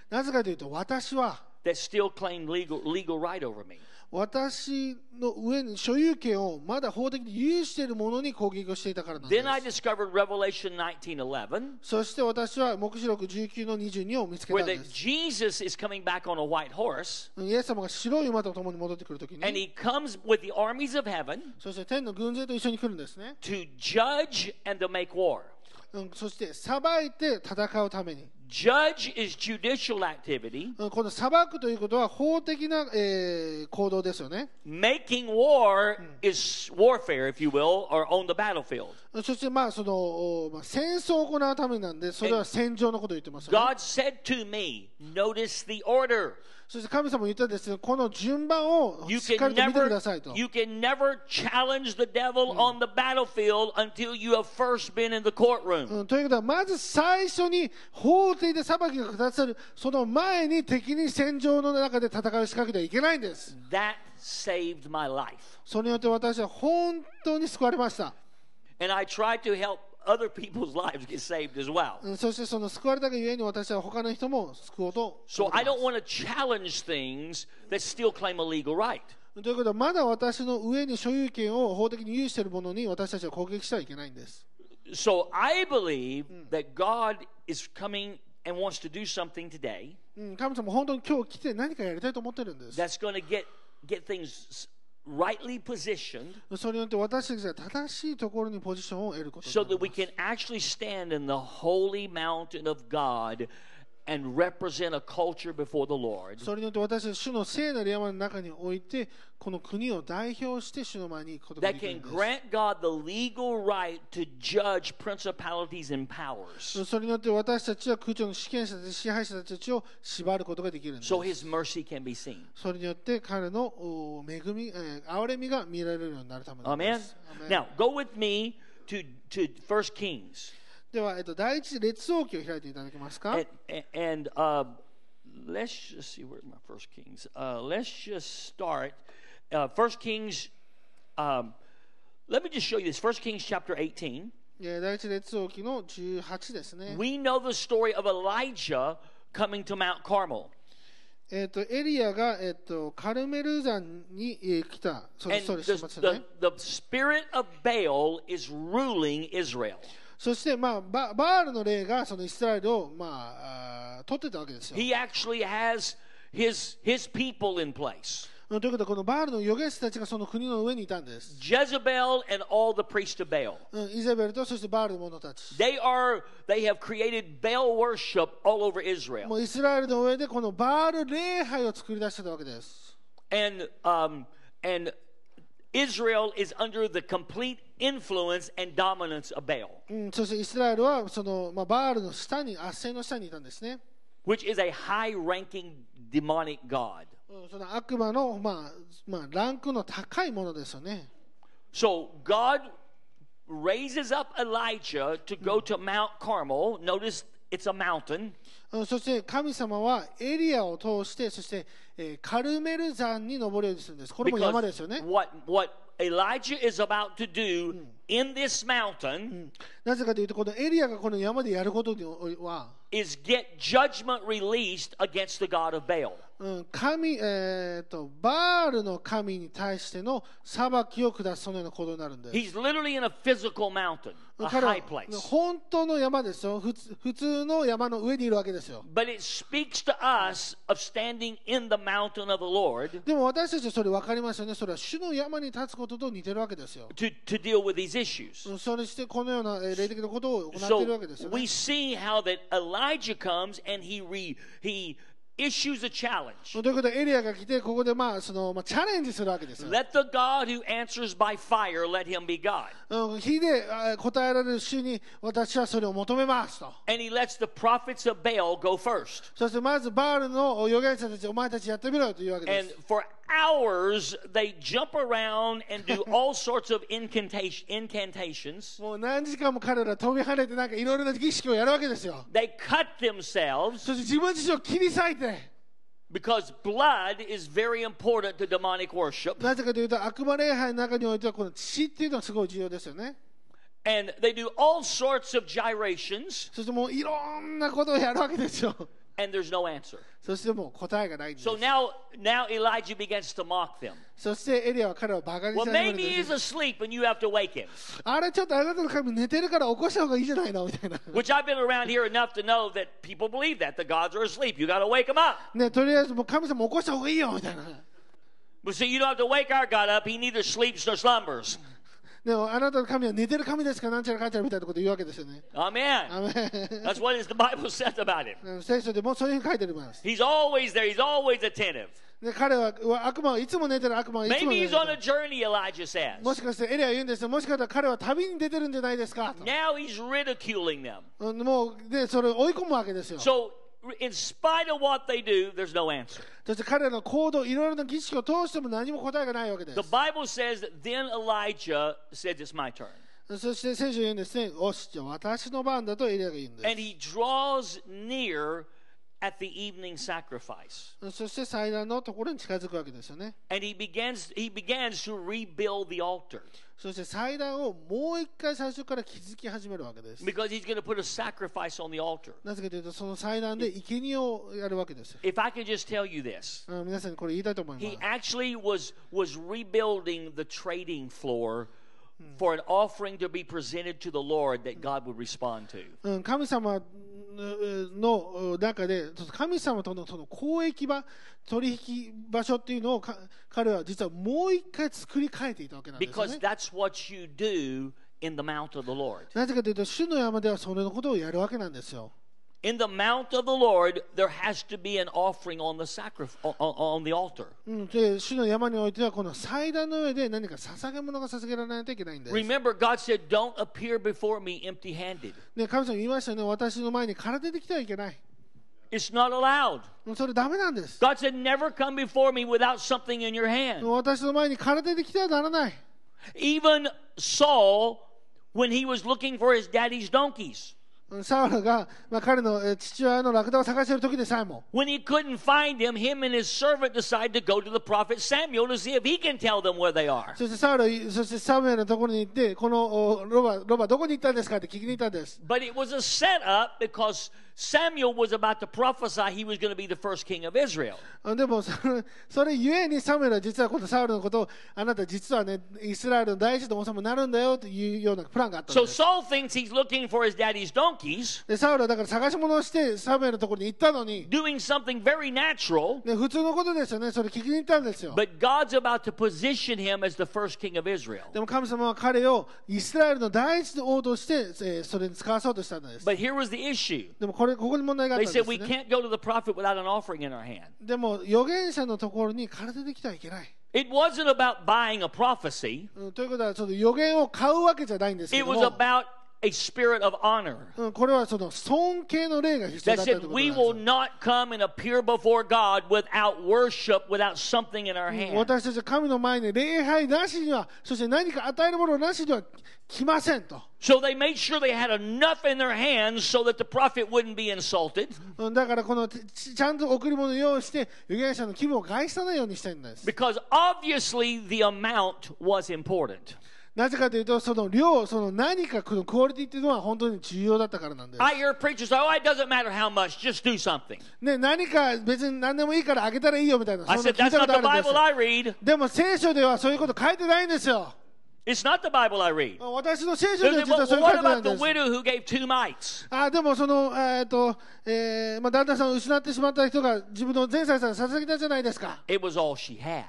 [SPEAKER 3] なぜかというと私は
[SPEAKER 2] that still claimed legal, legal right over me.
[SPEAKER 3] 私の上に所有権をまだ法的に有しているものに攻撃をしていたからなんで
[SPEAKER 2] Then I
[SPEAKER 3] す
[SPEAKER 2] discovered Revelation 19:11,
[SPEAKER 3] そして私は黙示録19の22を見つけた
[SPEAKER 2] where
[SPEAKER 3] んで
[SPEAKER 2] that
[SPEAKER 3] す
[SPEAKER 2] Jesus is coming back on a white horse,
[SPEAKER 3] イエス様が白い馬と共に戻ってくるとき
[SPEAKER 2] and
[SPEAKER 3] に
[SPEAKER 2] he comes with the armies of heaven
[SPEAKER 3] そして天の軍勢と一緒に来るんですね
[SPEAKER 2] to judge and to make war.
[SPEAKER 3] うんそして裁いて戦うために
[SPEAKER 2] Judge is judicial activity.
[SPEAKER 3] うんこの裁くということは法的な、えー行動ですよね
[SPEAKER 2] Making war is warfare, if you will, or on the battlefield.
[SPEAKER 3] そしてまあその、おまあ、戦争を行うためなんでそれは戦場のことを言ってますよね
[SPEAKER 2] God said to me, notice the order.
[SPEAKER 3] そして神様も言ったんですけどこの順番を
[SPEAKER 2] You
[SPEAKER 3] しっか
[SPEAKER 2] can
[SPEAKER 3] りと見てくだ
[SPEAKER 2] never
[SPEAKER 3] さいと
[SPEAKER 2] you can never challenge the devil on the battlefield until you have first been in the courtroom.
[SPEAKER 3] うんということはまず最初に法廷で裁きが下さるその前に敵に戦場の中で戦う仕掛けてはいけないんです
[SPEAKER 2] That saved my life.
[SPEAKER 3] それによって私は本当に救われました
[SPEAKER 2] And I tried to help other people's [laughs] lives get saved as well.
[SPEAKER 3] うんそしてその救われたがゆえに私は他の人も救おうと
[SPEAKER 2] So I don't want to challenge things that still claim a legal right.
[SPEAKER 3] ということはまだ私の上に所有権を法的に有しているものに私たちは攻撃してはいけないんです
[SPEAKER 2] So I believe that God is coming and wants to do something today
[SPEAKER 3] うん、神様本当に今日来て何かやりたいと思ってるんです
[SPEAKER 2] that's going to get get things s- rightly positioned
[SPEAKER 3] それによって私たちが正しいところにポジションを得ることに
[SPEAKER 2] so that
[SPEAKER 3] なり
[SPEAKER 2] we
[SPEAKER 3] ます
[SPEAKER 2] can actually stand in the holy mountain of God and represent a culture before the Lord
[SPEAKER 3] それによって私たち主の聖なる山の中においてこの国を代表して主の前に行くことがで
[SPEAKER 2] that
[SPEAKER 3] き
[SPEAKER 2] can
[SPEAKER 3] るんで
[SPEAKER 2] grant God the legal right to judge principalities and powers
[SPEAKER 3] すそれによって私たちは空中の主権者たち支配者たちを縛ることができるんです
[SPEAKER 2] so his mercy can be seen.
[SPEAKER 3] それによって彼のお恵み、えー憐れみが見られるようになるためなん
[SPEAKER 2] Amen.
[SPEAKER 3] です Amen
[SPEAKER 2] Now, go with me to, to 1 Kings
[SPEAKER 3] では、えっと、第一列王記を開いていただけますか
[SPEAKER 2] And, and uh, let's just see where's my First Kings. Uh, let's just start uh, First Kings. Um, let me just show you this. First Kings chapter 18.
[SPEAKER 3] えー第一列王記の18ですね、
[SPEAKER 2] We know the story of Elijah coming to Mount Carmel.
[SPEAKER 3] えっとエリアが、えっとカルメル山に、えー来たその
[SPEAKER 2] And
[SPEAKER 3] ストーリーしてま
[SPEAKER 2] the,
[SPEAKER 3] すよね
[SPEAKER 2] the, the spirit of Baal is ruling Israel.
[SPEAKER 3] そして、まあ、ババールの霊がそのイスラエルを、まあ、あー取ってたわけですよ
[SPEAKER 2] He actually has his, his people in place.
[SPEAKER 3] ということはこのバールの預言者たちがその国の上にいたんです、
[SPEAKER 2] Jezebel and all the priests of Baal.
[SPEAKER 3] うん、イザベルとそしてバールの者たち
[SPEAKER 2] They are they have created Baal worship all over Israel.
[SPEAKER 3] もうイスラエルの上でこのバール礼拝を作り出してたわけです
[SPEAKER 2] and um, and Israel is under the complete influence and dominance of Baal,
[SPEAKER 3] うん、そしてイスラエルはその、まあ、バールの下に圧政の下にいたんですね、
[SPEAKER 2] which is a high-ranking demonic god.
[SPEAKER 3] うん、その悪魔の、まあまあ、ランクの高いものですよね
[SPEAKER 2] So God raises up Elijah to go to Mount Carmel. Notice it's a mountain,
[SPEAKER 3] うんそして神様はエリアを通してそして、えーカルメル山に登るようにするんですこれも山ですよね
[SPEAKER 2] what what Elijah is about to do in this mountain
[SPEAKER 3] なぜかというとこのエリアがこの山でやることには、
[SPEAKER 2] is get judgment released against the god of Baal.
[SPEAKER 3] うん、神、えーとバールの神に対しての裁きを下すそのような行動になるんです
[SPEAKER 2] He's literally in a physical mountain, a
[SPEAKER 3] 彼は
[SPEAKER 2] high place.
[SPEAKER 3] 本当の山ですよ普通普通の山の上にいるわけですよ
[SPEAKER 2] But it speaks to us of standing in the mountain of the Lord
[SPEAKER 3] でも私たちはそれ分かりますよねそれは主の山に立つことと似てるわけですよ
[SPEAKER 2] to, to deal with these issues.
[SPEAKER 3] うんそれしてこのようなえー霊的なことを行っているわ
[SPEAKER 2] So
[SPEAKER 3] けですよね
[SPEAKER 2] we see how that Elijah comes and he re, he issues a challenge.
[SPEAKER 3] ということでエリアが来てここでまあそのまあチャレンジするわけですよ。
[SPEAKER 2] Let the God who answers by fire, let him be God.
[SPEAKER 3] うん火であ答えられる主に私はそれを求めますと。
[SPEAKER 2] And he lets the prophets of Baal go first.
[SPEAKER 3] そしてまずバールの預言者たちお前たちやってみろよというわけで
[SPEAKER 2] And
[SPEAKER 3] す。
[SPEAKER 2] for hours, they jump around and do all sorts of incantation, incantations.
[SPEAKER 3] もう何時間も彼ら飛び跳ねてなんかいろいろな儀式をやるわけですよ。
[SPEAKER 2] They cut themselves
[SPEAKER 3] そして自分自身を切り裂いて
[SPEAKER 2] because blood is very important to demonic worship.
[SPEAKER 3] なぜかというと悪魔礼拝の中においてはこの血っていうのはすごい重要ですよね。
[SPEAKER 2] And they do all sorts of gyrations,
[SPEAKER 3] そしてもういろんなことをやるわけですよ。 [laughs]
[SPEAKER 2] and there's no answer.
[SPEAKER 3] そしてもう答えがないんです
[SPEAKER 2] So。now, now Elijah begins to mock them.
[SPEAKER 3] そしてエリアは彼をバカにし
[SPEAKER 2] Well,
[SPEAKER 3] 始めるん
[SPEAKER 2] maybe
[SPEAKER 3] です
[SPEAKER 2] he's。asleep and you have to wake him.
[SPEAKER 3] あれちょっとあなたの神寝てるから起こした方がいいじゃないのみた
[SPEAKER 2] [laughs]
[SPEAKER 3] いな。
[SPEAKER 2] Which I've been around here enough to know that people believe that the gods are asleep. You got to wake them up.
[SPEAKER 3] ね、とりあえずもう神様起こした方がいいよみたいな。 [laughs]
[SPEAKER 2] But see, you don't have to wake our God up. He neither sleeps nor slumbers.
[SPEAKER 3] でもあなたの神は寝てる神ですからなんちゃらかんちゃらみたいなこと言うわけですよね。
[SPEAKER 2] Amen.
[SPEAKER 3] アメン
[SPEAKER 2] [laughs] That's what is the [laughs] Bible says about him.
[SPEAKER 3] あの聖書でもうそういうふうに書いてあります。
[SPEAKER 2] He's always there. He's always attentive.
[SPEAKER 3] で彼はうわ悪魔はいつも寝てる悪魔はいつも
[SPEAKER 2] Maybe
[SPEAKER 3] 寝
[SPEAKER 2] he's
[SPEAKER 3] て
[SPEAKER 2] on a
[SPEAKER 3] る。
[SPEAKER 2] journey. Elijah says.
[SPEAKER 3] もしかしてエリアは言うんですよ。もしかしたら彼は旅に出てるんじゃないですか
[SPEAKER 2] Now he's ridiculing them.
[SPEAKER 3] と。うんもうでそれを追い込むわけですよ。そ
[SPEAKER 2] So, in spite of what they do, there's no answer.
[SPEAKER 3] して彼らの行動、いろいろな儀式を通しても何も答えがないわけで
[SPEAKER 2] The Bible says that then Elijah said, It's my turn.
[SPEAKER 3] す。そして聖書は言うんですね。おし、じゃあ私の番だとエリアが言うんです
[SPEAKER 2] And。he draws near at the evening sacrifice.
[SPEAKER 3] そして祭壇のところに近づくわけですよね。
[SPEAKER 2] And he begins, he begins to rebuild the altar
[SPEAKER 3] そして祭壇をもう一回最初から築き始めるわけです。
[SPEAKER 2] because he's going to put a sacrifice on the altar.
[SPEAKER 3] なぜかというと、その祭壇で生贄をやるわけです。
[SPEAKER 2] If I could just tell you this,
[SPEAKER 3] あの皆さんにこれ言いたいと思い
[SPEAKER 2] he
[SPEAKER 3] ま
[SPEAKER 2] actually was, was rebuilding the trading floor for an offering to be presented to the Lord that God would respond to.
[SPEAKER 3] す。うん、神様の中で、神様とのその交易場、取引場所っていうのをか彼は実はもう一回作り変えていたわけなんですよ
[SPEAKER 2] Because
[SPEAKER 3] ね。
[SPEAKER 2] that's what you do in the mount of the Lord.
[SPEAKER 3] なぜかというと、主の山ではそれのことをやるわけなんですよ。
[SPEAKER 2] In the mount of the Lord, there has to be an offering on the sacrifice on, on the altar.
[SPEAKER 3] うん、で主の山においては、この祭壇の上で何か捧げ物が捧げられないといけないんです。
[SPEAKER 2] Remember, God said, "Don't appear before me empty-handed."
[SPEAKER 3] ね、神様言いましたよね、私の前に空手できてはいけない。
[SPEAKER 2] It's not allowed.
[SPEAKER 3] もうそれダメなんです。
[SPEAKER 2] God said, "Never come before me without something in your hand."
[SPEAKER 3] もう私の前に空手できてはならない。
[SPEAKER 2] Even Saul, when he was looking for his daddy's donkeys,
[SPEAKER 3] うんサウルが、まあ、彼のえー父親のラクダを探している時でさえも
[SPEAKER 2] When he couldn't find him, him and his servant decide to go to the prophet Samuel to see if he can tell them where they are.
[SPEAKER 3] そしてサウルそしてサムエルのところに行ってこのおロバロバどこに行ったんですかって聞きに行ったんです
[SPEAKER 2] But it was a setup because Samuel was about to prophesy he was going to be the first king of Israel.
[SPEAKER 3] あ [laughs] でもそれそれゆえにサムエルは実はこのサウルのことをあなた実はねイスラエルの第一の王様になるんだよというようなプランがあったん
[SPEAKER 2] So
[SPEAKER 3] です
[SPEAKER 2] Saul thinks he's looking for his daddy's donkeys,
[SPEAKER 3] でサウルはだから探し物をしてサムエルのところに行ったのに、
[SPEAKER 2] doing something very natural,
[SPEAKER 3] ね、普通のことですよねそれ聞きに行ったんですよ
[SPEAKER 2] but God's about to position him as the first king of Israel.
[SPEAKER 3] でも神様は彼をイスラエルの第一の王として、えーそれに使わそうとしたんです
[SPEAKER 2] But here was the issue.
[SPEAKER 3] でもこれここに問題があっ
[SPEAKER 2] They
[SPEAKER 3] たんで
[SPEAKER 2] said
[SPEAKER 3] す、
[SPEAKER 2] we、
[SPEAKER 3] ね
[SPEAKER 2] can't go to the prophet without an offering in our hand.
[SPEAKER 3] でも預言者のところに体で来てはいけない、
[SPEAKER 2] It wasn't about buying a prophecy.
[SPEAKER 3] うん、ということはその預言を買うわけじゃないんですけ
[SPEAKER 2] It
[SPEAKER 3] ども
[SPEAKER 2] was about a spirit of honor
[SPEAKER 3] うん、これはその尊敬の霊が必要
[SPEAKER 2] that
[SPEAKER 3] だったとい
[SPEAKER 2] said,
[SPEAKER 3] うことな
[SPEAKER 2] We
[SPEAKER 3] んです
[SPEAKER 2] will not
[SPEAKER 3] よ
[SPEAKER 2] come and appear before God without worship, without something in our hand.
[SPEAKER 3] 私たちは神の前に礼拝なしにはそして何か与えるものなしには来ませんと、
[SPEAKER 2] So they made sure they had enough in their hands so that the prophet wouldn't be insulted
[SPEAKER 3] うん、だからこのちちゃんと贈り物を用意して預言者の気分を害さないようにしたいんです
[SPEAKER 2] because obviously the amount was important.
[SPEAKER 3] なぜかというとその量その何かこのクオリティっていうのは本当に重要だったからなんです
[SPEAKER 2] I hear preachers say, oh, it doesn't matter how much, just do something.
[SPEAKER 3] ね、何か別に何でもいいからあげたらいいよみたいな、そ
[SPEAKER 2] I
[SPEAKER 3] んな
[SPEAKER 2] said,
[SPEAKER 3] 聞い
[SPEAKER 2] that's
[SPEAKER 3] たこ
[SPEAKER 2] not
[SPEAKER 3] と
[SPEAKER 2] the
[SPEAKER 3] あるんで
[SPEAKER 2] Bible I read.
[SPEAKER 3] すでも聖書ではそういうこと書いてないんですよ。
[SPEAKER 2] It's not the Bible I read.
[SPEAKER 3] 私の聖書
[SPEAKER 2] They'll
[SPEAKER 3] で
[SPEAKER 2] say,
[SPEAKER 3] は実
[SPEAKER 2] Well,
[SPEAKER 3] はそういう書い
[SPEAKER 2] what
[SPEAKER 3] て
[SPEAKER 2] about
[SPEAKER 3] ないん
[SPEAKER 2] the
[SPEAKER 3] です。
[SPEAKER 2] widow who gave two mites?
[SPEAKER 3] あでもその、えーとえーまあ、旦那さんを失ってしまった人が自分の全財産を捧げたじゃないですか。
[SPEAKER 2] It was all she had.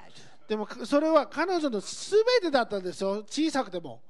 [SPEAKER 3] でもそれは彼女のすべてだったんですよ、小さくても。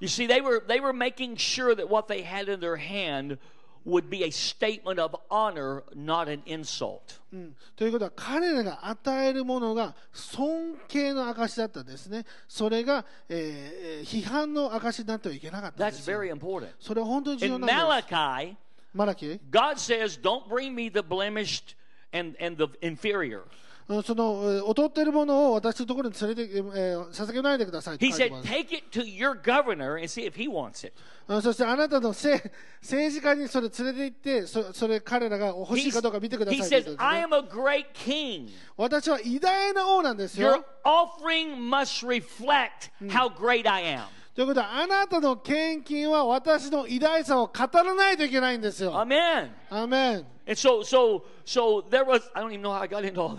[SPEAKER 2] You see, they were they were making sure that what they had in their hand would be a statement of honor, not an insult.
[SPEAKER 3] うんということは彼らが与えるものが尊敬の証だったんですね。それが、えーえー批判の証になってはいけなかったん
[SPEAKER 2] That's
[SPEAKER 3] ですよ。
[SPEAKER 2] very important.
[SPEAKER 3] それは本当に重要
[SPEAKER 2] In
[SPEAKER 3] なんです。
[SPEAKER 2] Malachi,
[SPEAKER 3] マラキー
[SPEAKER 2] God says, "Don't bring me the blemished and and the inferior."
[SPEAKER 3] うんそのえー劣っているものを私のところに連れて、えーえー捧げないでくださいと
[SPEAKER 2] He
[SPEAKER 3] 書い
[SPEAKER 2] said,
[SPEAKER 3] てます。
[SPEAKER 2] "Take it to your governor and see if he wants it."
[SPEAKER 3] うんそしてあなたのせい政治家にそれ連れて行ってそ、それ彼らが欲
[SPEAKER 2] He,
[SPEAKER 3] しいかどうか見てくださ
[SPEAKER 2] he
[SPEAKER 3] いとい
[SPEAKER 2] says,
[SPEAKER 3] うことですね
[SPEAKER 2] "I am a great king.
[SPEAKER 3] 私は偉大な王なんです
[SPEAKER 2] Your
[SPEAKER 3] よ。
[SPEAKER 2] offering must reflect how great I am."
[SPEAKER 3] ということは、あなたの献金は私の偉大さを語らないといけないんですよ。
[SPEAKER 2] Amen.
[SPEAKER 3] アメン。
[SPEAKER 2] And so, so, so there was. I don't even know how I got into all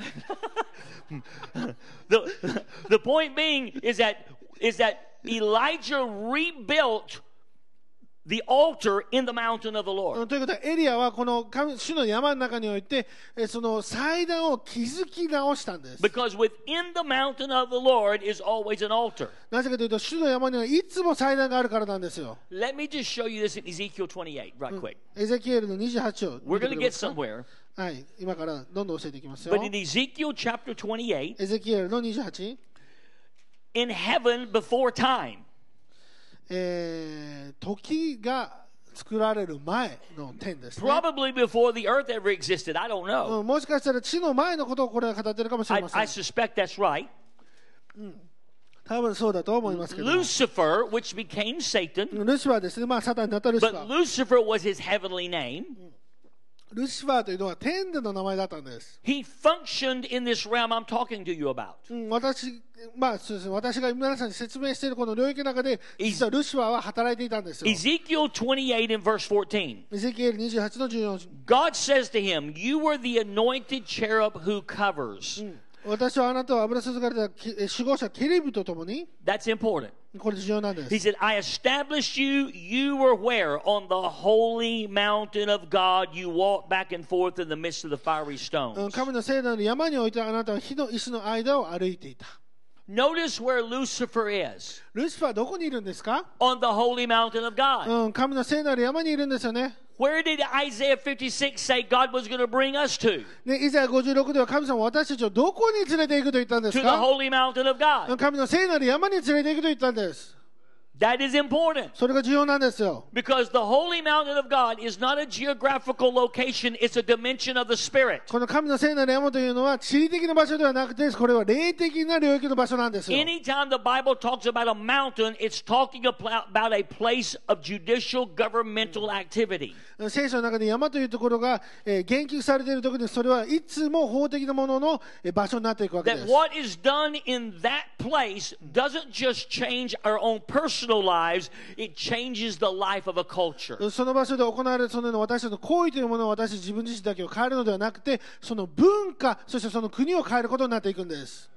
[SPEAKER 2] that. [laughs] the, the point being is that is that Elijah rebuilt the altar in the mountain of the
[SPEAKER 3] うん
[SPEAKER 2] Lord.
[SPEAKER 3] ということは、エリアはこの神主の山の中において、えーその祭壇を築き直したんです。
[SPEAKER 2] Because within the mountain of the Lord is always an altar.
[SPEAKER 3] なぜかというと、主の山にはいつも祭壇があるからなんですよ。
[SPEAKER 2] Let me just show you this in Ezekiel 28, right quick.
[SPEAKER 3] エゼキエルの28章
[SPEAKER 2] We're
[SPEAKER 3] 見
[SPEAKER 2] going to
[SPEAKER 3] てくれ
[SPEAKER 2] get
[SPEAKER 3] ますか
[SPEAKER 2] somewhere.
[SPEAKER 3] はい、今からどんどん教えていきますよ
[SPEAKER 2] But。in Ezekiel chapter 28,
[SPEAKER 3] エゼキエルの28、
[SPEAKER 2] in heaven before time,
[SPEAKER 3] えー、時が作られる前の点です、ね
[SPEAKER 2] probably before the earth ever existed, I don't know.
[SPEAKER 3] うんもしかしたら地の前のことをこれは語ってるかもしれ
[SPEAKER 2] I,
[SPEAKER 3] ませ
[SPEAKER 2] I
[SPEAKER 3] ん。
[SPEAKER 2] suspect that's right.
[SPEAKER 3] 多分そうだと思いますけど。ル
[SPEAKER 2] Lucifer, which became Satan,
[SPEAKER 3] シファーですね、まあ、サタンになったルシファ
[SPEAKER 2] but
[SPEAKER 3] ー。
[SPEAKER 2] Lucifer was his heavenly name.
[SPEAKER 3] ルシファーというのは天での名前だったんです。
[SPEAKER 2] He functioned in this realm I'm talking to you about.
[SPEAKER 3] うん、私、まあ、そうですね、私が皆さんに説明しているこの領域の中で、
[SPEAKER 2] い
[SPEAKER 3] 実はルシファーは働いていたんですよ。エ
[SPEAKER 2] Ezekiel 28 and verse 14.
[SPEAKER 3] ゼキエル28の14。
[SPEAKER 2] God says to him, You were the anointed cherub who covers.
[SPEAKER 3] 私はあなたを油注がれたきえ守護者ケレビとともに、
[SPEAKER 2] That's important.
[SPEAKER 3] これ重要なんです
[SPEAKER 2] He。said, I established you. You were where? On the holy mountain of God. You walked back and forth in the midst of the fiery
[SPEAKER 3] うん
[SPEAKER 2] stones.
[SPEAKER 3] 神の聖なる山においてあなたは火の石の間を歩いていた。
[SPEAKER 2] Notice where Lucifer is
[SPEAKER 3] ルシファーどこにいるんですか、
[SPEAKER 2] on the holy mountain of God.
[SPEAKER 3] うん、神の聖なる山にいるんですよね。
[SPEAKER 2] Where did Isaiah 56 say God was going to bring us to?
[SPEAKER 3] ね以前56では神様は私たちをどこに連れて行くと言ったんで
[SPEAKER 2] To
[SPEAKER 3] す
[SPEAKER 2] the
[SPEAKER 3] か
[SPEAKER 2] holy mountain of God.
[SPEAKER 3] 神の聖なる山に連れて行くと言ったんです。
[SPEAKER 2] That is important
[SPEAKER 3] それが重要なんですよ
[SPEAKER 2] because the holy mountain of God is not a geographical location, it's a dimension of the Spirit.
[SPEAKER 3] この神の聖なる山というのは地理的な場所ではなくてこれは霊的な領域の場所なんですよ
[SPEAKER 2] Anytime the Bible talks about a mountain, it's talking apla- about a place of judicial governmental activity.
[SPEAKER 3] 聖書の中で山というところが、えー言及されているときにそれはいつも法的なもののえー場所になっていくわけで
[SPEAKER 2] That
[SPEAKER 3] す
[SPEAKER 2] what is done in that place doesn't just change our own personal lives, it changes the life of a culture.
[SPEAKER 3] その場所で行われるそのような私たちの行為というものを私自分自身だけを変えるのではなくてその文化そしてその国を変えることになっていくんです、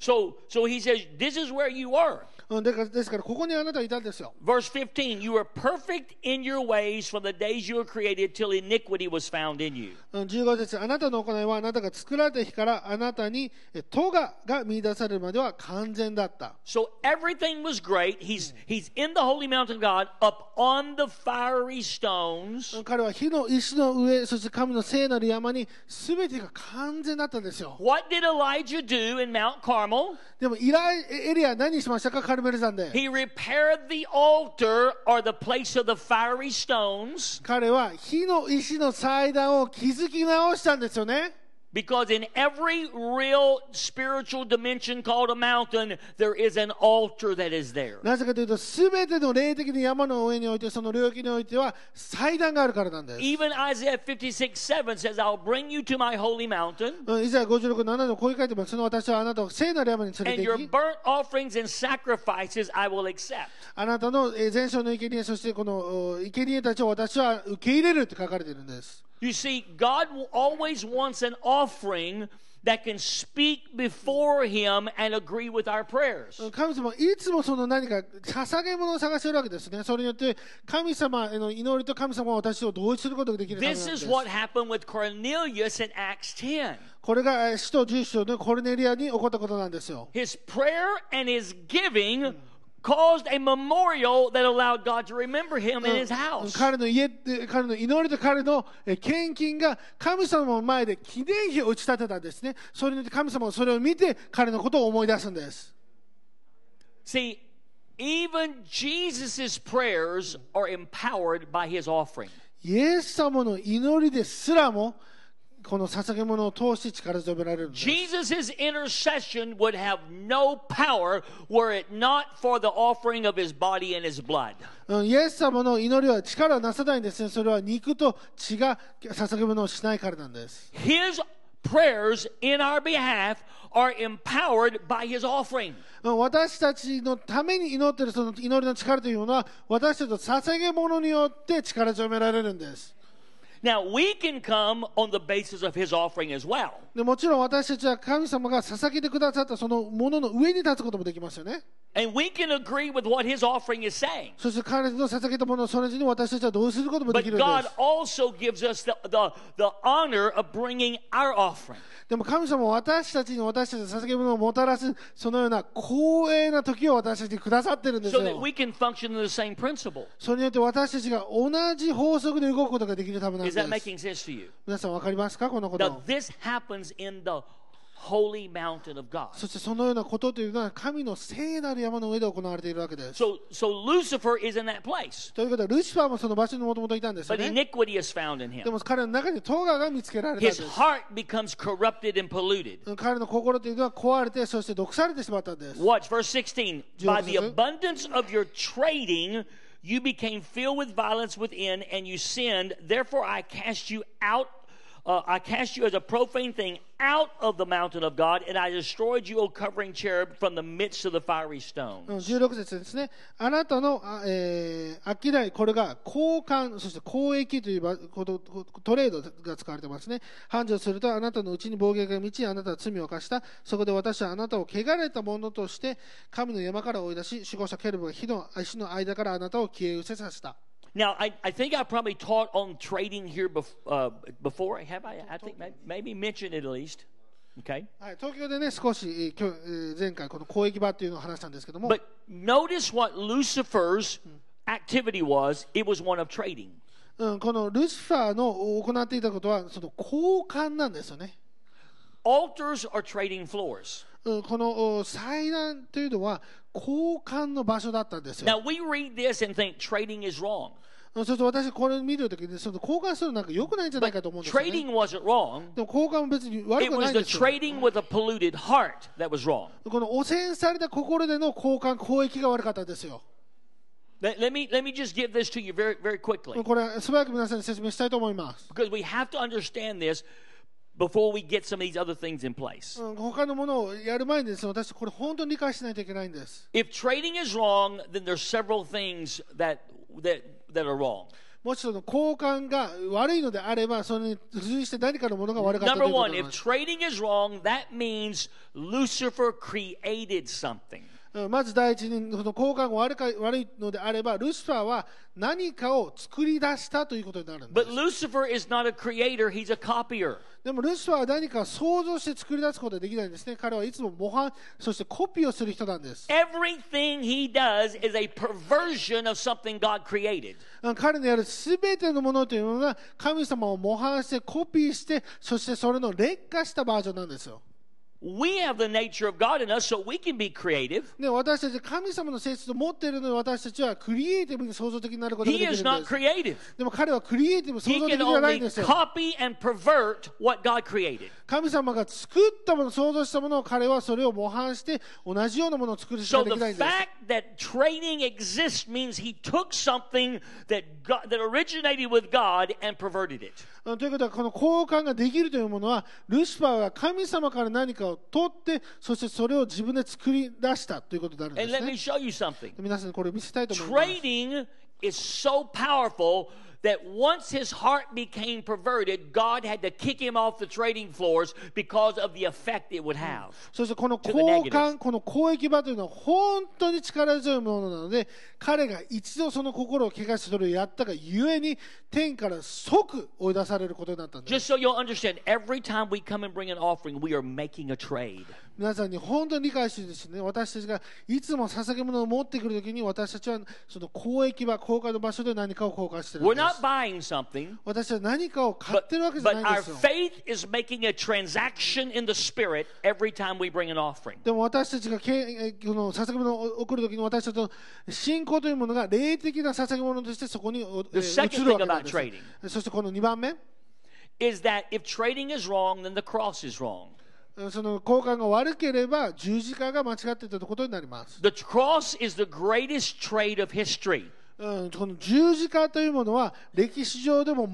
[SPEAKER 2] So, so he says, This is where you are.
[SPEAKER 3] うん、だからですからここにあなたいたんですよ
[SPEAKER 2] Verse 15, you were perfect in your ways from the days you were created till iniquity was found in you.
[SPEAKER 3] うん15節あなたの行いはあなたが作られた日からあなたにえ咎が見出されるまでは完全だった
[SPEAKER 2] So everything was great. He's he's in the holy mountain of God, up on the fiery stones.
[SPEAKER 3] 彼は火の石の上そして神の聖なる山に全てが完全だったんですよ
[SPEAKER 2] What did Elijah do in Mount Carmel?
[SPEAKER 3] でもイライエリア何しましたかカルメル山で
[SPEAKER 2] He repaired the altar or the place of the fiery stones
[SPEAKER 3] 彼は火の石の祭壇を築き直したんですよね
[SPEAKER 2] because in every real spiritual dimension called a mountain, there is an altar that is there.
[SPEAKER 3] なぜかというと全ての霊的な山の上においてその領域においては祭壇があるからなんです
[SPEAKER 2] Even Isaiah 56 7 says, I'll bring you to my holy mountain,
[SPEAKER 3] うんイザヤ56の7のこういう書いてますその私はあなたを聖なる山に連れ
[SPEAKER 2] and
[SPEAKER 3] て
[SPEAKER 2] your
[SPEAKER 3] 行き
[SPEAKER 2] burnt offerings and sacrifices I will accept.
[SPEAKER 3] あなたのえー全焼の生贄そしてこのお生贄たちを私は受け入れるって書かれてるんです
[SPEAKER 2] You see, God will- always wants an offering that can speak before Him and agree with our prayers.
[SPEAKER 3] 神様いつもその何か捧げ物を探しているわけですねそれによって神様への祈りと神様は私を同一することができるためなん
[SPEAKER 2] This
[SPEAKER 3] です
[SPEAKER 2] is what happened with Cornelius in Acts 10.
[SPEAKER 3] これがえー使徒十章のコルネリアに起こったことなんですよ
[SPEAKER 2] His prayer and his giving caused a memorial that allowed God to remember him
[SPEAKER 3] Oh,
[SPEAKER 2] in his house.
[SPEAKER 3] 彼の家え彼の祈りと彼のえ献金が神様の前で記念碑を打ち立てたんですねそれによって神様はそれを見て彼のことを思い出すんです
[SPEAKER 2] See, even Jesus' prayers are empowered by his offering.
[SPEAKER 3] イエス様の祈りですらもこの捧げ物を通して力強められるんです
[SPEAKER 2] Jesus' intercession would have no power were it not for the offering of his body and his blood.
[SPEAKER 3] うんイエス様の祈りは力をなさないんですね。それは肉と血が捧げ物をしないからなんです。
[SPEAKER 2] His prayers in our behalf are empowered by his offering.
[SPEAKER 3] うん私たちのために祈っているその祈りの力というものは、私たちの捧げ物によって力強められるんです。
[SPEAKER 2] Now, we can come on the basis of his offering as well.
[SPEAKER 3] でもちろん私たちは神様が捧げてくださったそのものの上に立つこともできますよね。
[SPEAKER 2] And we can agree with what his offering is saying.
[SPEAKER 3] そして彼の捧げたものをそれに私たちはどうすることもで
[SPEAKER 2] But
[SPEAKER 3] きるんで
[SPEAKER 2] God
[SPEAKER 3] す。
[SPEAKER 2] also gives us the, the, the honor of bringing our offering.
[SPEAKER 3] でも神様は私たちに私たちの捧げ物をもたらすそのような光栄な時を私たちにくださってるんです
[SPEAKER 2] So that
[SPEAKER 3] よ。
[SPEAKER 2] we can function in the same principle.
[SPEAKER 3] それによって私たちが同じ法則で動くことができるためなんで
[SPEAKER 2] Is
[SPEAKER 3] す
[SPEAKER 2] that。making sense to you?
[SPEAKER 3] 皆さんわかりますかこのこ
[SPEAKER 2] Now,
[SPEAKER 3] と。
[SPEAKER 2] this happens in the holy mountain of God.
[SPEAKER 3] そしてそのようなことというのは神の聖なる山の上で行われているわけです。
[SPEAKER 2] So, so Lucifer is in that place,
[SPEAKER 3] ということはルシファーもその場所にもともといたんですよ
[SPEAKER 2] but
[SPEAKER 3] ね。
[SPEAKER 2] iniquity is found in
[SPEAKER 3] で
[SPEAKER 2] him.
[SPEAKER 3] も彼の中にトガが見つけられたんで
[SPEAKER 2] His
[SPEAKER 3] す。
[SPEAKER 2] heart becomes corrupted and polluted.
[SPEAKER 3] 彼の心というのは壊れてそして毒されてしまったんです。
[SPEAKER 2] Watch verse 16. By the
[SPEAKER 3] Diyorsunuz.
[SPEAKER 2] abundance of your trading, you became filled with violence within, and you sinned. Therefore, I cast you out. Uh, I cast you as a profane thing out of the mountain of God, and I destroyed you, O covering cherub, from the midst of the fiery
[SPEAKER 3] うん
[SPEAKER 2] stone.
[SPEAKER 3] 16節ですね。あなたの、あえー、商い、これが交換、そして交易というばことトレードが使われてますね。繁盛するとあなたのうちに暴言が満ち、あなたは罪を犯した。そこで私はあなたを汚れた者として、神の山から追い出し、守護者ケルブが火の石の間からあなたを消え失せさせた。
[SPEAKER 2] Now, I, I think I probably taught on trading here bef- uh, before. Have I? I think may- maybe mentioned it at least. Okay.
[SPEAKER 3] はい、東京でね、少し、えー今日えー前回この交易場っていうのを話したんですけども、
[SPEAKER 2] But notice what Lucifer's activity was it was one of trading.
[SPEAKER 3] うん、このルシファーの行っていたことは、その交換なんですよね。
[SPEAKER 2] Altars are trading floors.
[SPEAKER 3] うんこのお祭壇というのは交換の場所だったんですよ。
[SPEAKER 2] Now we read this and think trading is wrong.
[SPEAKER 3] うんそうすると私これを見るときにその交換するのなんか良くないんじゃないかと思うんですよ、ね。
[SPEAKER 2] Trading wasn't wrong.
[SPEAKER 3] でも交換も別に悪
[SPEAKER 2] It
[SPEAKER 3] くな
[SPEAKER 2] was
[SPEAKER 3] いん
[SPEAKER 2] the
[SPEAKER 3] ですよ。
[SPEAKER 2] trading with a polluted heart that was wrong.
[SPEAKER 3] この汚染された心での交換、交易が悪かったんですよ。
[SPEAKER 2] Let, let me let me just give this to you very very quickly
[SPEAKER 3] これ素早く皆さんに説明したいと思います。
[SPEAKER 2] because we have to understand this before we get some of these other things in place.
[SPEAKER 3] うん他のものをやる前にですね、私これ本当に理解しないといけないんです。
[SPEAKER 2] If trading is wrong, then there's several things that that that are wrong.
[SPEAKER 3] もしその交換が悪いのであれば、それに付随して何かのものが悪かったとい
[SPEAKER 2] Number
[SPEAKER 3] うこと
[SPEAKER 2] one,
[SPEAKER 3] なん
[SPEAKER 2] if
[SPEAKER 3] です。
[SPEAKER 2] trading is wrong, that means Lucifer created something.
[SPEAKER 3] うんまず第一に、その交換が悪か悪いのであれば、ルシファーは何かを作り出したということになるんで
[SPEAKER 2] But
[SPEAKER 3] す。
[SPEAKER 2] Lucifer is not a creator, he's a copier.
[SPEAKER 3] でもルシファーは何かを想像して作り出すことはできないんですね。彼はいつも模範、そしてコピーをする人なんです。
[SPEAKER 2] Everything he does is a perversion of something God created.
[SPEAKER 3] 彼のやるすべてのものというのが神様を模範してコピーしてそしてそれの劣化したバージョンなんですよ。
[SPEAKER 2] We have the nature of God in us, so we can be creative.
[SPEAKER 3] で私たち神様の性質を持っているので私たちはクリエイティブに創造的になることが
[SPEAKER 2] He
[SPEAKER 3] できるんで
[SPEAKER 2] is
[SPEAKER 3] す
[SPEAKER 2] not。creative.
[SPEAKER 3] でも彼はクリエイティブ創
[SPEAKER 2] He
[SPEAKER 3] 造的
[SPEAKER 2] can
[SPEAKER 3] ではないん
[SPEAKER 2] only
[SPEAKER 3] ですよ。
[SPEAKER 2] copy and pervert what God created.
[SPEAKER 3] 神様が作ったもの創造したものを彼はそれを模範して同じようなものを作るしか
[SPEAKER 2] So
[SPEAKER 3] できな
[SPEAKER 2] the
[SPEAKER 3] いんです。
[SPEAKER 2] fact that trading exists means he took something that God, that originated with God and perverted it.
[SPEAKER 3] うんということはこの交換ができるというものはルシファーが神様から何かを取ってそしてそれを自分で作り出したということになるんで
[SPEAKER 2] And
[SPEAKER 3] す
[SPEAKER 2] let
[SPEAKER 3] ね
[SPEAKER 2] me。show you something.
[SPEAKER 3] 皆さんにこれを見せたいと思います。
[SPEAKER 2] Trading is so powerful that once his heart became perverted, God had to kick him off the trading floors because of the effect it would have.
[SPEAKER 3] そしてこの
[SPEAKER 2] the
[SPEAKER 3] 交
[SPEAKER 2] negative.
[SPEAKER 3] 換、この交易場というのは本当に力強いものなので、彼が一度その心を怪我してそれをやったがゆえに、天から即追い出されることになったんです。
[SPEAKER 2] Just so you'll understand, every time we come and bring an offering, we are making a trade.
[SPEAKER 3] 皆さんに本当に理解してですね、私たちがいつも捧げ物を持ってくるときに、私たちはその交易場、交換の場所で何かを交換してるん
[SPEAKER 2] We're
[SPEAKER 3] です。
[SPEAKER 2] not buying something,
[SPEAKER 3] 私は何かを買っ
[SPEAKER 2] but,
[SPEAKER 3] てるわけじゃ
[SPEAKER 2] but
[SPEAKER 3] ないん
[SPEAKER 2] our
[SPEAKER 3] ですよ。
[SPEAKER 2] faith is making a transaction in the spirit every time we bring an offering.
[SPEAKER 3] でも私たちがけえこの捧げ物を送るときに私たちの信仰というものが霊的な捧げ物としてそこにおえ
[SPEAKER 2] second
[SPEAKER 3] 移るわけなんで
[SPEAKER 2] thing about trading.
[SPEAKER 3] す。そしてこの2番目、
[SPEAKER 2] Is that if trading is wrong, then the cross is wrong.
[SPEAKER 3] うんその交換が悪ければ十字架が間違っていたことになります。
[SPEAKER 2] The cross is the greatest trade of history.
[SPEAKER 3] うんこの十字架というものは歴史上でも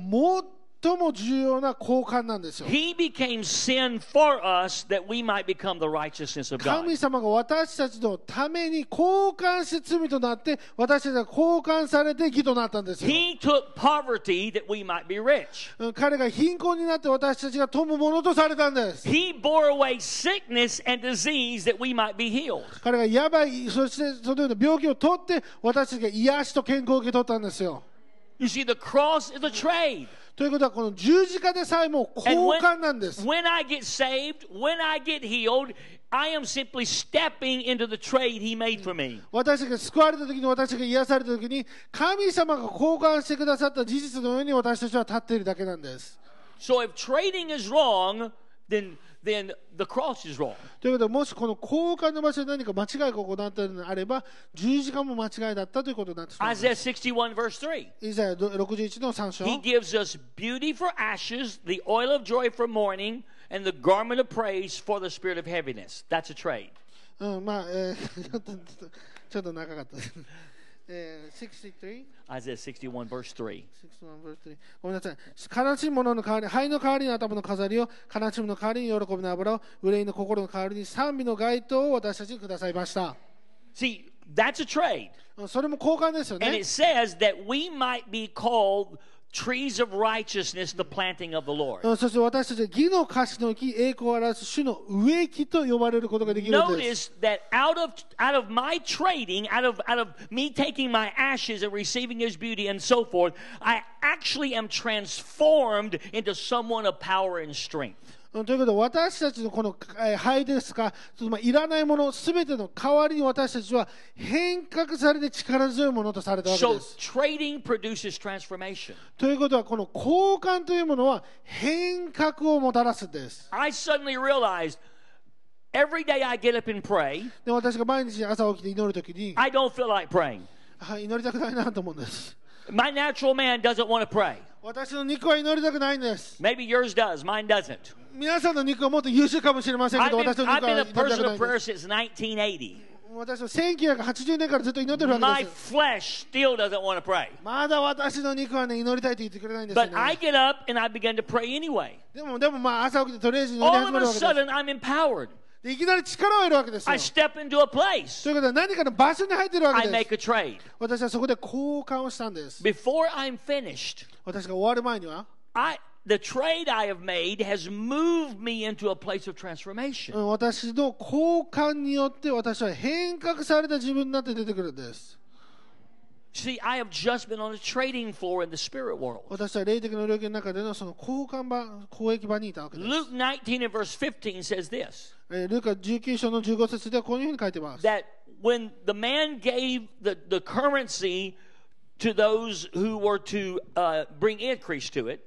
[SPEAKER 3] 最も重要な交換なんですよ。
[SPEAKER 2] He became sin for us that we might become the righteousness of God.
[SPEAKER 3] 神様が私たちのために交換して罪となって私たちが交換されて義となったんですよ。
[SPEAKER 2] He took poverty that we might be rich.
[SPEAKER 3] うん彼が貧困になって私たちが富むものとされたんです。
[SPEAKER 2] He bore away sickness and disease that we might be healed.
[SPEAKER 3] 彼がやばい、そしてそのような病気を取って、私たちが癒しと健康を受け取ったんですよ。
[SPEAKER 2] You see, the cross is a trade.
[SPEAKER 3] ということは、この十字架でさえも交
[SPEAKER 2] And
[SPEAKER 3] 換なんです。
[SPEAKER 2] when I get saved, when I get healed, I am simply stepping into the trade He made for me.
[SPEAKER 3] 私たちが救われた時に、私たちが癒された時に、神様が交換してくださった事実の上に私たちは立っているだけなんです。
[SPEAKER 2] So if trading is wrong, then then the cross is wrong.
[SPEAKER 3] ということは、もしこの交換の場所で何か間違いが行ったのであれば、十字架も間違いだったということになってしまいます。
[SPEAKER 2] Isaiah 61 verse 3.
[SPEAKER 3] イザヤ61の3章。
[SPEAKER 2] He gives us beauty for ashes, the oil of joy for mourning, and the garment of praise for the spirit of heaviness. That's a trade.
[SPEAKER 3] うん、まあ、えー [laughs] ちょっと、ちょっとちょっと長かった [laughs] です。えー、63?
[SPEAKER 2] Isaiah 61 verse 3.
[SPEAKER 3] 61 verse 3ごめんなさい。悲しむ者の代わり、灰の代わりに頭の飾りを、悲しむの代わりに喜びの油を、憂いの心の代わりに賛美の街灯を私たちにくださいました。
[SPEAKER 2] See, that's a trade.
[SPEAKER 3] うんそれも交換ですよ
[SPEAKER 2] And
[SPEAKER 3] ね
[SPEAKER 2] it。says that we might be called trees of righteousness, the planting of the Lord.
[SPEAKER 3] うんそして私たちは義の貸しの木、栄光を表す種の植木と呼ばれることができるんです。
[SPEAKER 2] Notice that out of out of my trading, out of out of me taking my ashes and receiving his beauty and so forth, I actually am transformed into someone of power and strength.
[SPEAKER 3] うんということで、私たちのこのえー灰ですか、そのまあいらないもの、すべての代わりに私たちは変革されて力強いものとされたわけ
[SPEAKER 2] So
[SPEAKER 3] です。
[SPEAKER 2] trading produces transformation.
[SPEAKER 3] ということは、この交換というものは変革をもたらすんです。
[SPEAKER 2] I suddenly realized Every day I get up and pray.
[SPEAKER 3] で私が毎日朝起きて祈るときに
[SPEAKER 2] I don't feel like praying.
[SPEAKER 3] あ祈りたくないなと思うんです
[SPEAKER 2] My natural man doesn't want to pray.
[SPEAKER 3] 私の肉は祈りたくないんです
[SPEAKER 2] Maybe yours does, mine doesn't.
[SPEAKER 3] 皆さんの肉はもっと優秀かもしれませんけ
[SPEAKER 2] I've
[SPEAKER 3] ど
[SPEAKER 2] been,
[SPEAKER 3] 私の
[SPEAKER 2] I've
[SPEAKER 3] 肉は
[SPEAKER 2] been
[SPEAKER 3] 祈
[SPEAKER 2] a
[SPEAKER 3] りた
[SPEAKER 2] person of
[SPEAKER 3] くないで
[SPEAKER 2] prayer
[SPEAKER 3] す
[SPEAKER 2] since 1980.
[SPEAKER 3] 私は1980年からずっと祈ってるわ
[SPEAKER 2] My
[SPEAKER 3] けです
[SPEAKER 2] flesh still doesn't want to pray.
[SPEAKER 3] まだ私の肉はね祈りたいって言ってくれないんですよ
[SPEAKER 2] But I
[SPEAKER 3] ね
[SPEAKER 2] get up and I begin to pray anyway.
[SPEAKER 3] でもでもまあ朝起きてとりあえず祈り
[SPEAKER 2] All
[SPEAKER 3] 始
[SPEAKER 2] of
[SPEAKER 3] め
[SPEAKER 2] a
[SPEAKER 3] るわけです
[SPEAKER 2] sudden, I'm empowered.
[SPEAKER 3] でいきなり力を得るわけですよ
[SPEAKER 2] I step into a
[SPEAKER 3] と
[SPEAKER 2] place.
[SPEAKER 3] いうことは何かの場所に入ってるわ
[SPEAKER 2] I
[SPEAKER 3] けで
[SPEAKER 2] make
[SPEAKER 3] す
[SPEAKER 2] a trade.
[SPEAKER 3] 私はそこで交換をしたんです
[SPEAKER 2] Before I'm finished,
[SPEAKER 3] 私が終わる前には
[SPEAKER 2] I the trade I have made has moved me into a place of
[SPEAKER 3] う
[SPEAKER 2] transformation.
[SPEAKER 3] ん私の交換によって私は変革された自分になって出てくるんです
[SPEAKER 2] See, I have just been on a trading floor in the spirit world.
[SPEAKER 3] 私は霊的の領域の中でのその交換場交易場にいたわけです
[SPEAKER 2] Luke 19 and verse 15 says this
[SPEAKER 3] えールカ19章の15節ではこういうふうに書いてます
[SPEAKER 2] that when the man gave the, the currency to those who were to uh, bring increase to it,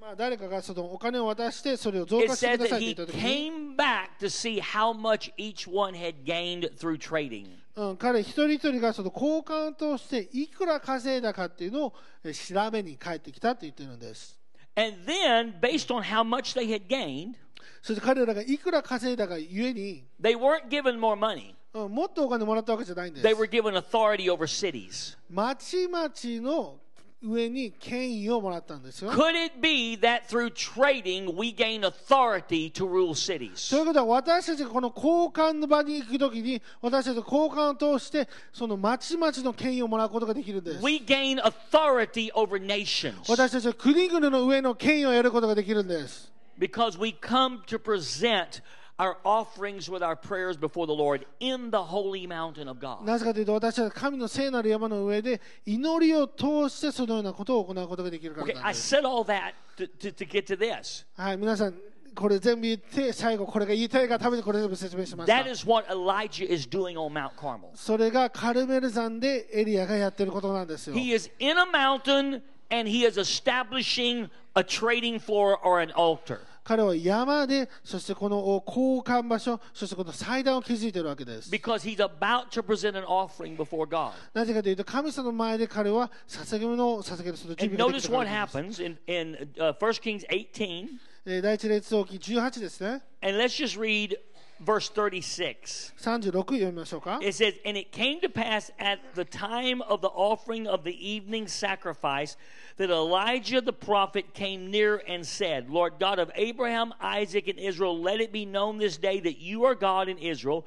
[SPEAKER 3] まあ誰かがそのお金を渡してそれを増
[SPEAKER 2] it
[SPEAKER 3] 加して
[SPEAKER 2] says
[SPEAKER 3] くださ
[SPEAKER 2] that
[SPEAKER 3] い
[SPEAKER 2] he
[SPEAKER 3] と言った時に、
[SPEAKER 2] came back to see how much each one had gained through trading.
[SPEAKER 3] うん、彼一人一人がその交換としていくら稼いだかっていうのをえー調べに帰ってきたと言ってるんです
[SPEAKER 2] And then, based on how much they had gained,
[SPEAKER 3] そして彼らがいくら稼いだがゆえに、
[SPEAKER 2] they weren't given more money.
[SPEAKER 3] うん、もっとお金もらったわけじゃないんです
[SPEAKER 2] They were given authority over cities.
[SPEAKER 3] まちまちの上に権威をもらったんですよ。
[SPEAKER 2] Could it be that through trading we gain authority to rule cities?
[SPEAKER 3] ということは私たちがこの交換の場に行くときに私たちの交換を通してそのまちまちの権威をもらうことができるんです。
[SPEAKER 2] We gain authority over nations
[SPEAKER 3] 私たちは国々の上の権威を得ることができるんです。
[SPEAKER 2] because we come to present our offerings with our prayers before the Lord in the holy mountain of God.
[SPEAKER 3] なぜかというと私たちは神の聖なる山の上で祈りを通してそのようなことを行うことができるから
[SPEAKER 2] Okay,
[SPEAKER 3] なん
[SPEAKER 2] I
[SPEAKER 3] です。
[SPEAKER 2] said all that to, to, to get to this.
[SPEAKER 3] はい、皆さんこれ全部言って最後これが言いたいがためにこれ全部説明しました
[SPEAKER 2] That。is what Elijah is doing on Mount Carmel.
[SPEAKER 3] それがカルメル山でエリアがやってることなんですよ。
[SPEAKER 2] He is in a mountain and he is establishing a trading floor or an altar.
[SPEAKER 3] 彼は山でそしてこのお交換場所そしてこの祭壇を築いているわけです
[SPEAKER 2] because he's about to present an offering before God.
[SPEAKER 3] なぜかというと神様の前で彼は捧げ物を捧げるその準
[SPEAKER 2] And
[SPEAKER 3] 備がで
[SPEAKER 2] notice
[SPEAKER 3] きている
[SPEAKER 2] what
[SPEAKER 3] わけです
[SPEAKER 2] happens in, in uh, 1 Kings 18.
[SPEAKER 3] えー第一列王記18ですね
[SPEAKER 2] And let's just read verse 36.
[SPEAKER 3] 36読みましょうか
[SPEAKER 2] It says, And it came to pass at the time of the offering of the evening sacrifice that Elijah the prophet came near and said, Lord God of Abraham, Isaac, and Israel, let it be known this day that you are God in Israel.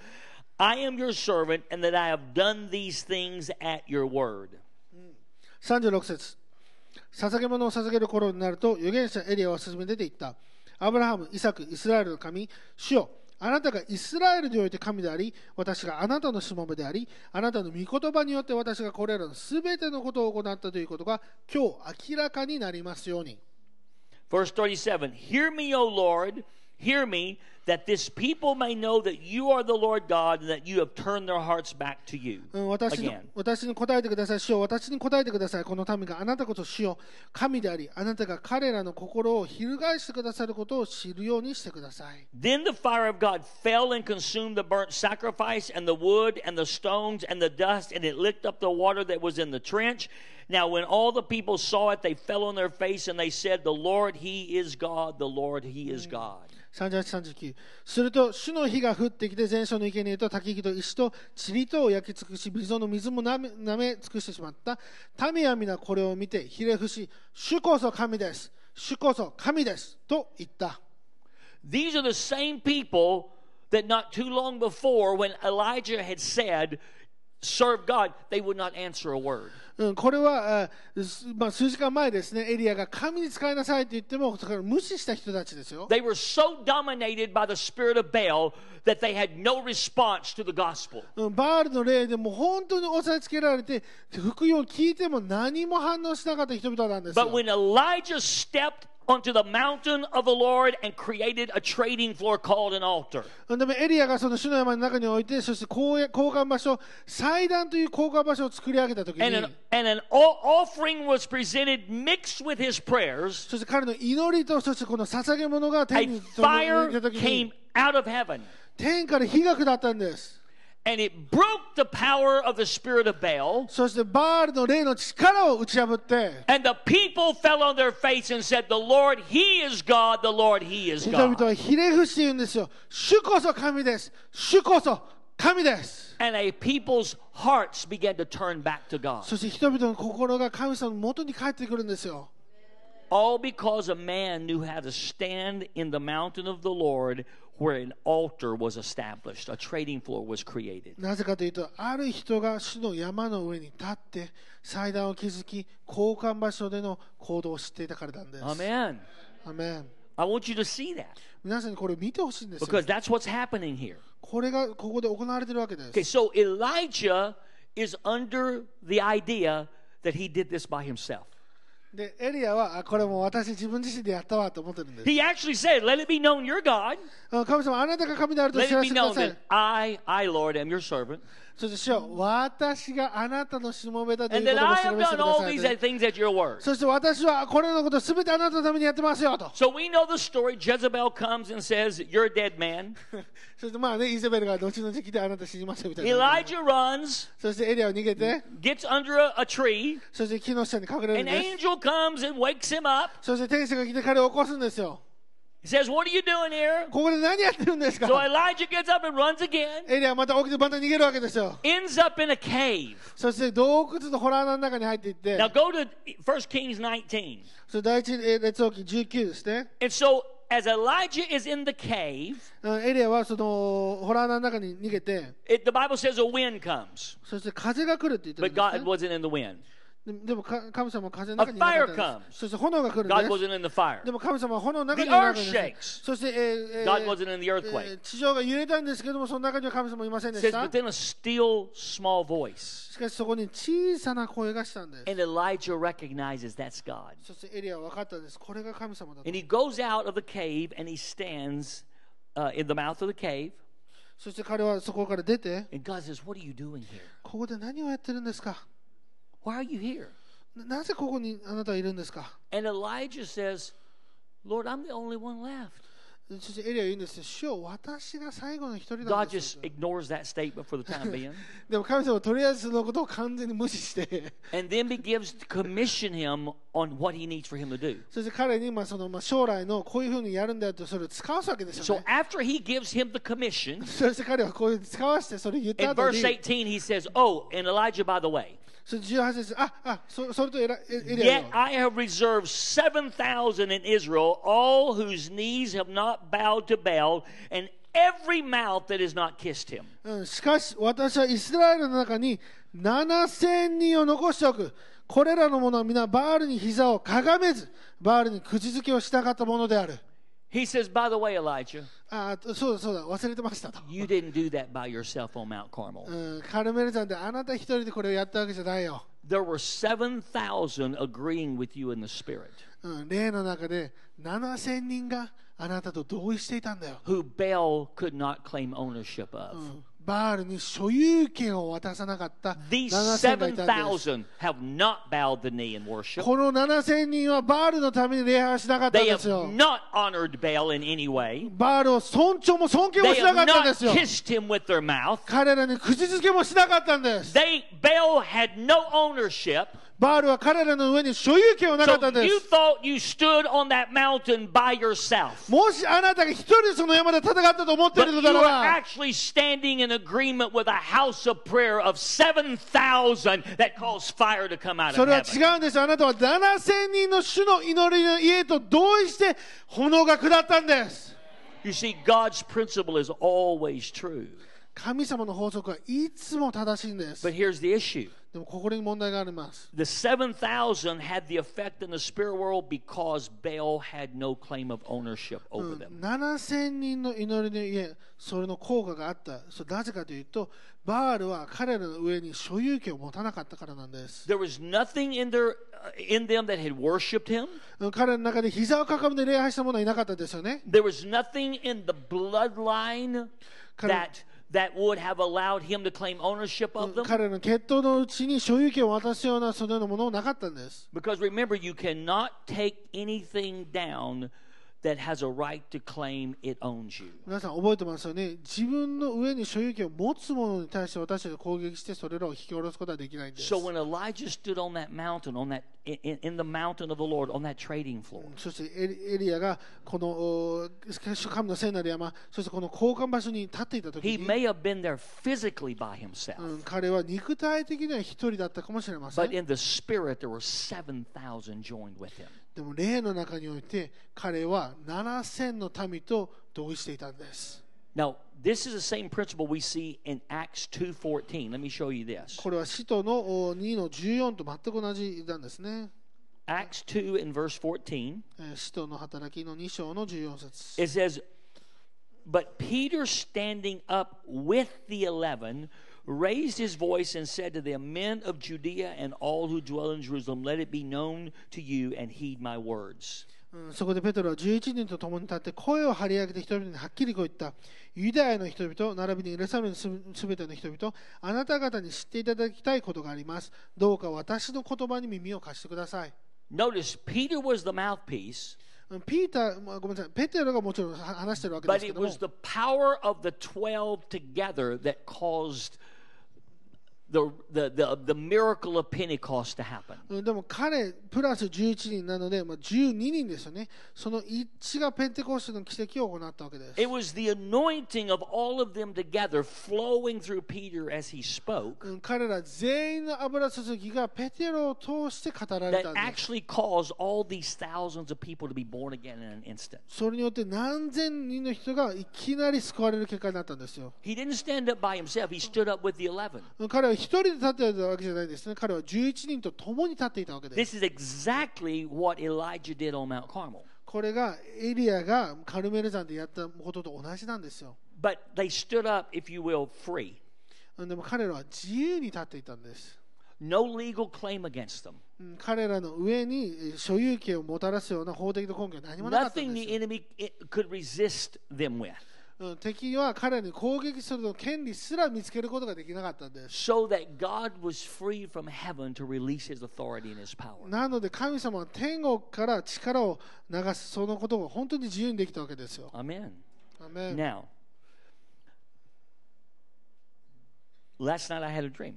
[SPEAKER 2] I am your servant, and that I have done these things at your word.
[SPEAKER 3] 36節捧げ物を捧げる頃になると預言者エリアは進め出ていったアブラハム、イサク、イスラエルの神主よあなたがイスラエルにおいて神であり私があなたのしもべでありあなたの御言葉によって私がこれらのすべてのことを行ったということが今日明らかになりますように
[SPEAKER 2] Verse 37 Hear me, O Lord, hear me, that this people may know that you are the Lord God and that you have turned their hearts back to you.
[SPEAKER 3] うん私の
[SPEAKER 2] Again.
[SPEAKER 3] 私に答えてください、主よ私に答えてください、この民があなたこそ主よ神であり、あなたが彼らの心を翻してくださることを知るようにしてください。
[SPEAKER 2] Then the fire of God fell and consumed the burnt sacrifice and the wood and the stones and the dust, and it licked up the water that was in the trench. Now, when all the people saw it, they fell on their face and they said, The Lord, He is God, the Lord, He is God.
[SPEAKER 3] 38-39すると主の火が降ってきて全焼の生贄と焚き木と石と塵とを焼き尽くし溝の水もなめなめ尽くしてしまった民は皆これを見てひれ伏し主こそ神です主こそ神ですと言った
[SPEAKER 2] These are the same people that not too long before, when Elijah had said, Serve God, they would not answer a word.
[SPEAKER 3] うん、これは、あすまあ、数時間前ですね、エリアが神に使いなさいと言っても、それから無視した人たちですよ。
[SPEAKER 2] They were so dominated by the spirit of Baal that they had no response to the gospel.
[SPEAKER 3] うんバールの例でもう本当に押さえつけられて、福音を聞いても何も反応しなかった人々なんですよ
[SPEAKER 2] But。when Elijah stepped onto the mountain of the Lord and created a trading floor called an altar,
[SPEAKER 3] うんでもエリアがその主の山の中に置いて、そして交交換場所、祭壇という交換場所を作り上げたとき
[SPEAKER 2] and
[SPEAKER 3] に
[SPEAKER 2] an,、and an o- offering was presented mixed with his prayers,
[SPEAKER 3] そして彼の祈りと、そしてこの捧げ物が
[SPEAKER 2] a
[SPEAKER 3] 天に届い
[SPEAKER 2] fire
[SPEAKER 3] たとき
[SPEAKER 2] came
[SPEAKER 3] に、
[SPEAKER 2] out of heaven.
[SPEAKER 3] 天から火が下ったんです
[SPEAKER 2] And it broke the power of the spirit of Baal.
[SPEAKER 3] そしてバールの霊の力を打ち破って
[SPEAKER 2] And the people fell on their face and said, The Lord, He is God. The Lord, He is
[SPEAKER 3] 人々
[SPEAKER 2] God.
[SPEAKER 3] はひれ伏して言うんですよ主こそ神です主こそ神です
[SPEAKER 2] And a people's hearts began to turn back to God.
[SPEAKER 3] そして人々の心が神様の元に帰ってくるんですよ
[SPEAKER 2] All because a man knew how to stand in the mountain of the Lord where an altar was established, a trading floor was created.
[SPEAKER 3] なぜかというと、ある人が主の山の上に立って、祭壇を築き、交換場所での行動を知っていたからなんです。
[SPEAKER 2] Amen.
[SPEAKER 3] アメン
[SPEAKER 2] I want you to see that
[SPEAKER 3] 皆さんにこれを見てほしいんですよ。
[SPEAKER 2] because that's what's happening here.
[SPEAKER 3] これがここで行われているわけです。
[SPEAKER 2] Okay, so Elijah is under the idea that he did this by himself.
[SPEAKER 3] で、エリアは、あこれもう私自分自身でやったわと思ってるんです。
[SPEAKER 2] He actually said, Let it be known you're God.
[SPEAKER 3] あ神様、あなたが神であると
[SPEAKER 2] Let
[SPEAKER 3] 知ら
[SPEAKER 2] it
[SPEAKER 3] せ
[SPEAKER 2] be
[SPEAKER 3] てくだ
[SPEAKER 2] known
[SPEAKER 3] さ
[SPEAKER 2] that
[SPEAKER 3] い。
[SPEAKER 2] I, I, Lord, am your servant.
[SPEAKER 3] そして主よ私があなたのしもべだとい
[SPEAKER 2] And
[SPEAKER 3] うこ
[SPEAKER 2] that
[SPEAKER 3] とを
[SPEAKER 2] I
[SPEAKER 3] 示
[SPEAKER 2] have
[SPEAKER 3] して
[SPEAKER 2] done all these things
[SPEAKER 3] くださいと。
[SPEAKER 2] at your word.
[SPEAKER 3] そして私はこれらのことすべてあなたのためにやってますよと。 [laughs]
[SPEAKER 2] So we know the story. Jezebel comes and says, You're a dead man.
[SPEAKER 3] そしてまあね、イゼベルが後々来てあなた死にますよみたいな。
[SPEAKER 2] Elijah runs,
[SPEAKER 3] そしてエリアは逃げて、
[SPEAKER 2] gets under a, a tree.
[SPEAKER 3] そして木の下に隠れるん
[SPEAKER 2] An
[SPEAKER 3] です。
[SPEAKER 2] angel comes and wakes him up.
[SPEAKER 3] そして天使が来て彼を起こすんですよ。
[SPEAKER 2] He says, What are you doing here?
[SPEAKER 3] ここで何やってるんですか
[SPEAKER 2] So Elijah gets up and runs again,
[SPEAKER 3] エリアはまた起きてまた逃げるわけですよ。
[SPEAKER 2] ends up in a cave.
[SPEAKER 3] そして洞窟のホラー穴の中に入っていって、
[SPEAKER 2] Now go to 1 Kings 19.
[SPEAKER 3] それ第一列王記19ですね。
[SPEAKER 2] And so as Elijah is in the cave,
[SPEAKER 3] うんエリアはそのホラー穴の中に逃げて、
[SPEAKER 2] it, the Bible says a wind comes,
[SPEAKER 3] そして風が来るって言ってる
[SPEAKER 2] but
[SPEAKER 3] んです
[SPEAKER 2] God
[SPEAKER 3] ね、
[SPEAKER 2] wasn't in the wind.
[SPEAKER 3] ででもか神様は風の中にいなか
[SPEAKER 2] A fire
[SPEAKER 3] ったんで
[SPEAKER 2] comes.
[SPEAKER 3] す。そして炎が来るん
[SPEAKER 2] God
[SPEAKER 3] です。
[SPEAKER 2] wasn't in the fire.
[SPEAKER 3] でも神様は炎の中にいなかったん
[SPEAKER 2] The earth
[SPEAKER 3] で
[SPEAKER 2] shakes.
[SPEAKER 3] す。そして、えーえ
[SPEAKER 2] God
[SPEAKER 3] ー
[SPEAKER 2] wasn't in the
[SPEAKER 3] え
[SPEAKER 2] earthquake.
[SPEAKER 3] ー地上が揺れたんですけども、その中には神様いませんで
[SPEAKER 2] It says,
[SPEAKER 3] した
[SPEAKER 2] but。then a still small voice.
[SPEAKER 3] しかしそこに小さな声がしたんです。
[SPEAKER 2] And Elijah recognizes that's God.
[SPEAKER 3] そしてエリアは分かったんです。これが神様だと
[SPEAKER 2] And。he goes out of the cave and he stands uh, in the mouth of the cave.
[SPEAKER 3] そして彼はそこから出て、
[SPEAKER 2] And God says, What are you doing here?
[SPEAKER 3] ここで何をやってるんですか
[SPEAKER 2] Why are you here?
[SPEAKER 3] ななぜここにあなたはいるんですか
[SPEAKER 2] And Elijah says, Lord, I'm the only one left.
[SPEAKER 3] そしてエリアは言うんですよ。主よ私が最後の一人なん
[SPEAKER 2] God
[SPEAKER 3] で
[SPEAKER 2] just
[SPEAKER 3] すよ。
[SPEAKER 2] ignores that statement for the time being
[SPEAKER 3] でも神様はとりあえずそのことを完全に無視して、
[SPEAKER 2] and then begins to commission him on what he needs for him to do.
[SPEAKER 3] そして彼にまあそのまあ将来のこういうふうにやるんだよとそれを使わすわけですよ
[SPEAKER 2] So
[SPEAKER 3] ね。
[SPEAKER 2] after he gives him the commission,
[SPEAKER 3] そして彼はこういう使わしてそれを言った
[SPEAKER 2] in
[SPEAKER 3] 後
[SPEAKER 2] verse 18, he
[SPEAKER 3] に、
[SPEAKER 2] says, Oh, and Elijah, by the way,
[SPEAKER 3] それ18節、ああそそれとエラエエリア
[SPEAKER 2] Yet
[SPEAKER 3] よ
[SPEAKER 2] I have reserved 7,000 in Israel, all whose knees have not bowed to Baal, and every mouth that has not kissed him.
[SPEAKER 3] うんしかし私はイスラエルの中に7000人を残しておくこれらの者は皆バールに膝をかがめずバールに口づけをしたかったものである
[SPEAKER 2] He says, By the way, Elijah,
[SPEAKER 3] ああそうだそうだ忘れてましたと、
[SPEAKER 2] you didn't do that by yourself on Mount Carmel.
[SPEAKER 3] うん、カルメル山であなた一人でこれをやったわけじゃないよ、
[SPEAKER 2] There were 7,000 agreeing with you in the Spirit
[SPEAKER 3] うん、例の中で7000人があなたと同意していたんだよ、
[SPEAKER 2] who Baal could not claim ownership of.
[SPEAKER 3] うんバールに所有権を渡さなかった7000
[SPEAKER 2] These
[SPEAKER 3] がいたんです
[SPEAKER 2] 7,000 have not bowed the knee in worship.
[SPEAKER 3] この7000人はバールのために礼拝をしなかったん
[SPEAKER 2] They
[SPEAKER 3] で
[SPEAKER 2] have
[SPEAKER 3] すよ
[SPEAKER 2] not honored Baal in any way.
[SPEAKER 3] バールを尊重も尊敬も
[SPEAKER 2] They
[SPEAKER 3] しな
[SPEAKER 2] have
[SPEAKER 3] かったんで
[SPEAKER 2] not
[SPEAKER 3] すよ。
[SPEAKER 2] kissed him with their mouth.
[SPEAKER 3] 彼らに口づけもしなかったんです。
[SPEAKER 2] They Baal had no ownership.
[SPEAKER 3] バールは彼らの上に所有権はなかった
[SPEAKER 2] So
[SPEAKER 3] んで
[SPEAKER 2] you
[SPEAKER 3] す。
[SPEAKER 2] thought you stood on that mountain by yourself.
[SPEAKER 3] もしあなたが一人でその山で戦ったと思ってい
[SPEAKER 2] But
[SPEAKER 3] る
[SPEAKER 2] you
[SPEAKER 3] の
[SPEAKER 2] were
[SPEAKER 3] ならば、
[SPEAKER 2] actually standing in agreement with a house of prayer of 7,000 that caused fire to come out
[SPEAKER 3] そ
[SPEAKER 2] of
[SPEAKER 3] れは
[SPEAKER 2] heaven.
[SPEAKER 3] 違うんです。あなたは7000人の主の祈りの家と同意して炎が下ったんです。
[SPEAKER 2] You see, God's principle is always true.
[SPEAKER 3] 神様の法則はいつも正しいんです
[SPEAKER 2] But。here's the issue
[SPEAKER 3] でもここに問題があります。
[SPEAKER 2] the 7,000 had the effect in the spirit world because Baal had no claim of ownership over them.
[SPEAKER 3] 7000人の祈りの家、それの効果があった。それなぜかというと、バールは彼らの上に所有権を持たなかったからなんです。
[SPEAKER 2] There was nothing in, their, uh, in them that had worshiped him.
[SPEAKER 3] 彼らの中で膝をかかめて礼拝した者はいなかったですよね。
[SPEAKER 2] There was nothing in the bloodline
[SPEAKER 3] Kind of-
[SPEAKER 2] that that would have allowed him to claim ownership of them.
[SPEAKER 3] 彼らの血統のうちに所有権を渡すようなそのようなものはなかったんです。
[SPEAKER 2] Because remember, you cannot take anything down that has a right to claim it owns you.
[SPEAKER 3] 皆さん覚えてますよね自分の上に所有権を持つ者に対して私たちが攻撃してそれらを引き下ろすことはできないんです
[SPEAKER 2] So when Elijah stood on that mountain, on that in, in- in the mountain of the Lord, on that trading floor,
[SPEAKER 3] そしてエリエリアがこのお神の聖なる山そしてこの交換場所に立っていた時
[SPEAKER 2] he
[SPEAKER 3] に
[SPEAKER 2] may have been there physically by
[SPEAKER 3] うん
[SPEAKER 2] himself,
[SPEAKER 3] 彼は肉体的には一人だったかもしれません
[SPEAKER 2] but in the spirit there were seven thousand joined with him.
[SPEAKER 3] でも霊の中において彼は7000の民と同意していたんです
[SPEAKER 2] Now this is the same principle we see in Acts two fourteen. Let me show you this.
[SPEAKER 3] これは使徒のお2の14と全く同じなんですね
[SPEAKER 2] Acts two and verse fourteen.
[SPEAKER 3] えー使徒の働きの2章の14節
[SPEAKER 2] It says, But Peter, standing up with the eleven, raised his voice and said to them, Men of Judea and all who dwell in Jerusalem, let it be known to you and heed my words.
[SPEAKER 3] うんそこでペトロは11人と共に立って声を張り上げて人々にはっきりこう言ったユダヤの人々並びにエルサレムのすべての人々あなた方に知っていただきたいことがありますどうか私の言葉に耳を貸してください
[SPEAKER 2] Notice, Peter was the mouthpiece,
[SPEAKER 3] うんピーターまあごめんなさいペテロがもちろんは話してるわけで
[SPEAKER 2] but
[SPEAKER 3] すけ
[SPEAKER 2] it
[SPEAKER 3] ども
[SPEAKER 2] was the power of the 12 together that caused the, the, the, the miracle of Pentecost to happen.
[SPEAKER 3] うんでも彼プラス11人なので、まあ、12人ですよねその一致がペンテコステの奇跡を行ったわけです
[SPEAKER 2] It was the anointing of all of them together flowing through Peter as he spoke.
[SPEAKER 3] うん彼ら全員の油注ぎがペテロを通して語られ
[SPEAKER 2] that
[SPEAKER 3] たんです
[SPEAKER 2] actually caused all these thousands of people to be born again in an instant.
[SPEAKER 3] それによって何千人の人がいきなり救われる結果になったんですよ
[SPEAKER 2] He didn't stand up by himself, he stood up with the 11.
[SPEAKER 3] うん彼は一人で立っていたわけじゃないんですね彼は11人と共に立っていたわけで
[SPEAKER 2] This
[SPEAKER 3] す
[SPEAKER 2] is exactly what Elijah did on Mount Carmel.
[SPEAKER 3] これがエリアがカルメル山でやったことと同じなんですよ
[SPEAKER 2] But they stood up, if you will, free.
[SPEAKER 3] うんでも彼らは自由に立っていたんです
[SPEAKER 2] No legal claim against them.
[SPEAKER 3] うん彼らの上にえー所有権をもたらすような法的な根拠は何もなかったん
[SPEAKER 2] Nothing
[SPEAKER 3] です
[SPEAKER 2] the
[SPEAKER 3] よ、
[SPEAKER 2] enemy i- could resist them with.
[SPEAKER 3] うん敵は彼らに攻撃する権利すら見つけることができなかったんです。
[SPEAKER 2] So that God was free from heaven to release his authority and his power.
[SPEAKER 3] なので神様は天国から力を流すそのことを本当に自由にできたわけですよ。
[SPEAKER 2] Amen.
[SPEAKER 3] アメン
[SPEAKER 2] Now, last night I had a [laughs] dream.